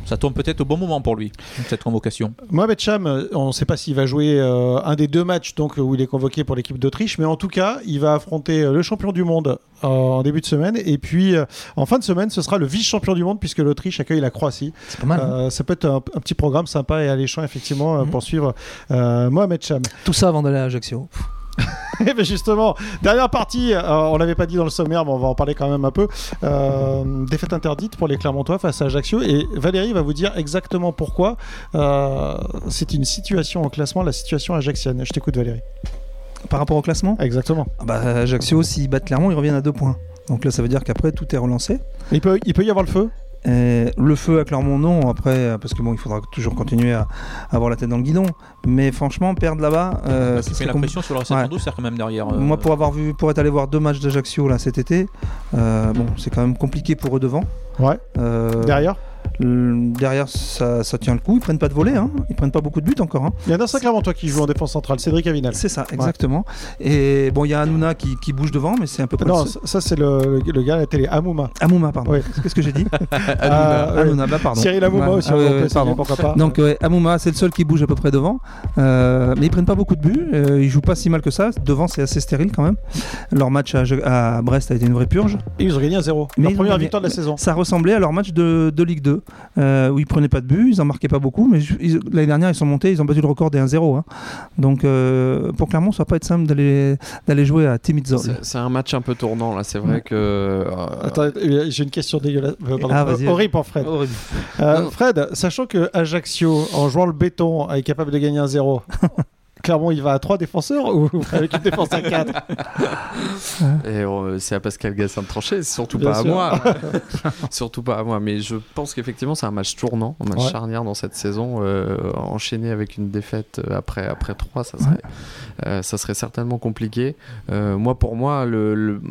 [SPEAKER 3] ça tombe peut-être au bon moment pour lui, cette convocation.
[SPEAKER 1] Mohamed Cham, euh, on ne sait pas s'il va jouer euh, un des deux matchs donc, où il est convoqué pour l'équipe d'Autriche, mais en tout cas, il va affronter euh, le champion du monde euh, en début de semaine. Et puis, euh, en fin de semaine, ce sera le vice-champion du monde puisque l'Autriche accueille la Croatie.
[SPEAKER 4] C'est pas mal. hein.
[SPEAKER 1] Euh, ça peut être un, un petit programme sympa et alléchant, effectivement, euh,
[SPEAKER 4] Mhm.
[SPEAKER 1] pour suivre euh, Mohamed Cham. <laughs>
[SPEAKER 4] Tout ça avant d'aller à Ajaccio.
[SPEAKER 1] Eh ben justement, dernière partie, euh, on l'avait pas dit dans le sommaire, mais on va en parler quand même un peu. Euh, défaite interdite pour les Clermontois face à Ajaccio. Et Valérie va vous dire exactement pourquoi euh, c'est une situation en classement, la situation ajaxienne. Je t'écoute, Valérie.
[SPEAKER 4] Par rapport au classement,
[SPEAKER 1] Exactement.
[SPEAKER 4] ah bah, Ajaccio, s'ils battent Clermont, ils reviennent à deux points. Donc là, ça veut dire qu'après, tout est relancé.
[SPEAKER 1] Il peut, il peut y avoir le feu
[SPEAKER 4] Euh, le feu à Clermont, non, après, euh, parce que bon, il faudra toujours continuer à, à avoir la tête dans le guidon. Mais franchement, perdre là-bas, euh,
[SPEAKER 3] Parce
[SPEAKER 4] ça
[SPEAKER 3] qu'il met
[SPEAKER 4] serait
[SPEAKER 3] la
[SPEAKER 4] compli-
[SPEAKER 3] pression sur le récepteur
[SPEAKER 4] Ouais.
[SPEAKER 3] d'Auxerre quand même derrière. euh,
[SPEAKER 4] Moi, pour avoir vu, pour être allé voir deux matchs d'Ajaccio là cet été, euh, bon, c'est quand même compliqué pour eux devant.
[SPEAKER 1] Ouais.
[SPEAKER 4] Euh,
[SPEAKER 1] derrière.
[SPEAKER 4] le- derrière, ça, ça tient le coup. Ils prennent pas de volée, hein. ils prennent pas beaucoup de buts encore. hein.
[SPEAKER 1] Il y en a un Clermontois qui joue en défense centrale, Cédric Avinal.
[SPEAKER 4] C'est ça, exactement. Et bon, il y a Hanouna qui, qui bouge devant, mais c'est un peu près.
[SPEAKER 1] Non,
[SPEAKER 4] le seul-
[SPEAKER 1] ça, ça, c'est le, le gars à la télé, Amouma.
[SPEAKER 4] Amouma, pardon.
[SPEAKER 1] Oui.
[SPEAKER 4] Qu'est-ce que j'ai dit
[SPEAKER 1] <laughs> Ah, ouais.
[SPEAKER 4] Hanouna, bah, Euh, pardon.
[SPEAKER 1] Cyril Amouma
[SPEAKER 4] Ouais.
[SPEAKER 1] aussi,
[SPEAKER 4] Ah,
[SPEAKER 1] on
[SPEAKER 4] ouais,
[SPEAKER 1] peut
[SPEAKER 4] ouais,
[SPEAKER 1] essayer,
[SPEAKER 4] pardon.
[SPEAKER 1] pourquoi
[SPEAKER 4] <laughs>
[SPEAKER 1] pas.
[SPEAKER 4] Donc ouais, Amouma, c'est le seul qui bouge à peu près devant. Euh, mais ils prennent pas beaucoup de buts. Euh, ils jouent pas si mal que ça. Devant, c'est assez stérile quand même. Leur match à, à Brest a été une vraie purge.
[SPEAKER 1] Et ils ont gagné un 0
[SPEAKER 4] Mais
[SPEAKER 1] La
[SPEAKER 4] ils ont
[SPEAKER 1] première
[SPEAKER 4] gagné.
[SPEAKER 1] victoire de la saison.
[SPEAKER 4] Ça ressemblait à leur match de, de Ligue 2. euh, où ils prenaient pas de but, ils en marquaient pas beaucoup, mais ju- ils- l'année dernière ils sont montés, ils ont battu le record des 1-0. hein. Donc euh, pour Clermont, ça va pas être simple d'aller d'aller jouer à Timidzol.
[SPEAKER 2] C'est c'est un match un peu tournant là, c'est vrai
[SPEAKER 4] Ouais.
[SPEAKER 2] que. euh,
[SPEAKER 1] Attends, euh, j'ai une question dégueulasse. Euh, pardon.
[SPEAKER 4] Ah, vas-y.
[SPEAKER 1] Euh, horrible pour Fred.
[SPEAKER 4] Horrible.
[SPEAKER 1] Euh,
[SPEAKER 2] Non.
[SPEAKER 1] Fred, sachant que Ajaccio, en jouant le béton, est capable de gagner un <laughs> 0 Clairement, il va à 3 défenseurs <laughs> ou avec une défense à 4
[SPEAKER 2] Et euh, c'est à Pascal Gassin de trancher, c'est surtout
[SPEAKER 1] Bien
[SPEAKER 2] pas
[SPEAKER 1] sûr. <laughs>
[SPEAKER 2] à moi. <laughs> surtout pas à moi. Mais je pense qu'effectivement, c'est un match tournant, un match
[SPEAKER 1] Ouais.
[SPEAKER 2] charnière dans cette saison. euh, enchaîné avec une défaite euh, après, après 3, ça serait, euh, ça serait certainement compliqué. Euh, moi, pour moi, le, le,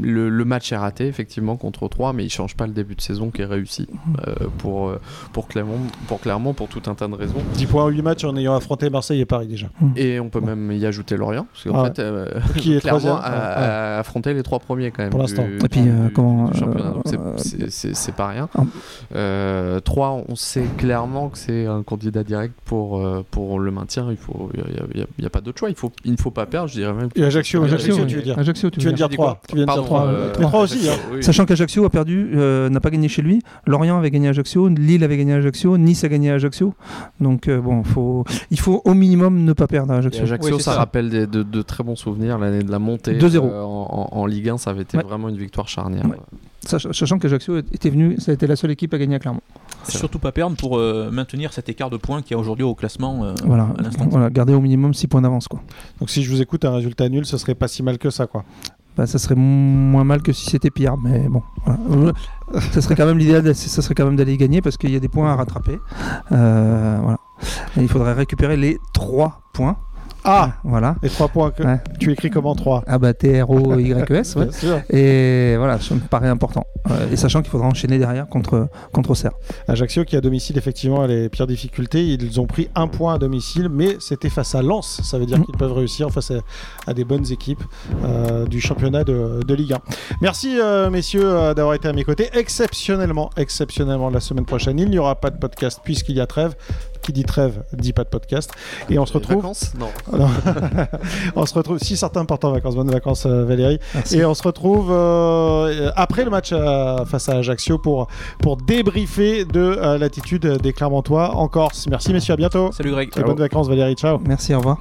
[SPEAKER 2] le- le match est raté, effectivement, contre 3, mais il change pas le début de saison qui est réussi
[SPEAKER 1] Mhm.
[SPEAKER 2] euh, pour, euh, pour, Clermont, pour Clermont, pour tout un tas de raisons.
[SPEAKER 1] 10 points en 8 matchs en ayant affronté Marseille et Paris déjà.
[SPEAKER 2] Et on peut même y ajouter Lorient, parce qu'en
[SPEAKER 1] Ah ouais.
[SPEAKER 2] fait, euh,
[SPEAKER 1] Qui est
[SPEAKER 2] clairement
[SPEAKER 1] troisième Ah.
[SPEAKER 2] à, à affronter les trois premiers quand même.
[SPEAKER 1] Pour l'instant.
[SPEAKER 2] du-
[SPEAKER 4] Et puis,
[SPEAKER 2] du-
[SPEAKER 4] euh,
[SPEAKER 2] du
[SPEAKER 4] comment,
[SPEAKER 2] championnat. Donc, c'est-
[SPEAKER 4] euh,
[SPEAKER 2] c'est- C'est c'est pas rien.
[SPEAKER 4] en-
[SPEAKER 2] Euh, trois, on sait clairement que c'est un candidat direct pour, euh, pour le maintien. Il faut, il y a, il y a- il y a pas d'autre choix. Il faut, il ne faut pas perdre. Je dirais même.
[SPEAKER 1] Et Ajaccio,
[SPEAKER 4] euh,
[SPEAKER 2] Ajaccio,
[SPEAKER 1] Ajaccio,
[SPEAKER 2] oui.
[SPEAKER 1] tu veux dire
[SPEAKER 5] Ajaccio, tu
[SPEAKER 1] Tu viens
[SPEAKER 5] veux
[SPEAKER 1] de
[SPEAKER 5] dire.
[SPEAKER 1] dire 3. Tu viens de dire
[SPEAKER 2] Pardon,
[SPEAKER 1] 3.
[SPEAKER 2] euh,
[SPEAKER 1] Mais 3 aussi. hein.
[SPEAKER 2] oui.
[SPEAKER 4] Sachant qu'Ajaccio a perdu, euh, n'a pas gagné chez lui. Lorient avait gagné à Ajaccio, Lille avait gagné à Ajaccio, Nice a gagné à Ajaccio. Donc euh, bon, faut, il faut au minimum ne pas perdre à
[SPEAKER 2] Et
[SPEAKER 4] Ajaccio.
[SPEAKER 2] Ajaccio,
[SPEAKER 3] Oui, c'est
[SPEAKER 2] ça,
[SPEAKER 3] ça.
[SPEAKER 2] rappelle des- de, de très bons souvenirs l'année de la montée
[SPEAKER 4] 2-0.
[SPEAKER 2] euh, en, en- en Ligue 1. Ça avait été
[SPEAKER 4] Ouais.
[SPEAKER 2] vraiment une victoire charnière.
[SPEAKER 4] Ouais. Sach- Sachant qu'Ajaccio était venu, ça a été la seule équipe à gagner à Clermont.
[SPEAKER 2] C'est
[SPEAKER 3] Surtout pas perdre pour euh, maintenir cet écart de points qu'il y a aujourd'hui au classement euh,
[SPEAKER 4] Voilà,
[SPEAKER 3] à l'instant.
[SPEAKER 4] voilà, garder au minimum 6 points d'avance quoi.
[SPEAKER 1] Donc si je vous écoute, un résultat nul, ce serait pas si mal que ça. quoi.
[SPEAKER 4] Bah, ça serait m- moins mal que si c'était pire, mais bon. voilà. ça serait quand même l'idéal, d'a- ça serait quand même d'aller gagner parce qu'il y a des points à rattraper. Euh, voilà. Et il faudrait récupérer les 3 points.
[SPEAKER 1] Ah
[SPEAKER 4] Voilà.
[SPEAKER 1] Les 3 points que
[SPEAKER 4] Ouais.
[SPEAKER 1] tu écris comment 3
[SPEAKER 4] Ah bah T-R-O-Y-E-S, E ouais.
[SPEAKER 1] Bien sûr.
[SPEAKER 4] Et voilà, ça me paraît important. Euh, et sachant qu'il faudra enchaîner derrière contre, contre Auxerre.
[SPEAKER 1] Ajaccio qui à domicile effectivement a les pires difficultés. Ils ont pris un point à domicile, mais c'était face à Lens. Ça veut dire
[SPEAKER 4] Mm.
[SPEAKER 1] qu'ils peuvent réussir face à, à des bonnes équipes euh, du championnat de, de Ligue 1. Merci euh, messieurs euh, d'avoir été à mes côtés. Exceptionnellement, exceptionnellement la semaine prochaine, il n'y aura pas de podcast puisqu'il y a trêve. Qui dit trêve dit pas de podcast. Et on se
[SPEAKER 2] Les
[SPEAKER 1] retrouve.
[SPEAKER 2] vacances Non.
[SPEAKER 1] <laughs> Non. on se retrouve. Si certains partent en vacances, bonnes vacances euh, Valérie. Et on se retrouve euh, après le match euh, face à Ajaccio pour, pour débriefer de euh, l'attitude des Clermontois en Corse. Merci messieurs, à bientôt.
[SPEAKER 3] Salut Greg.
[SPEAKER 1] Et bonnes vacances Valérie, ciao.
[SPEAKER 4] Merci, au revoir.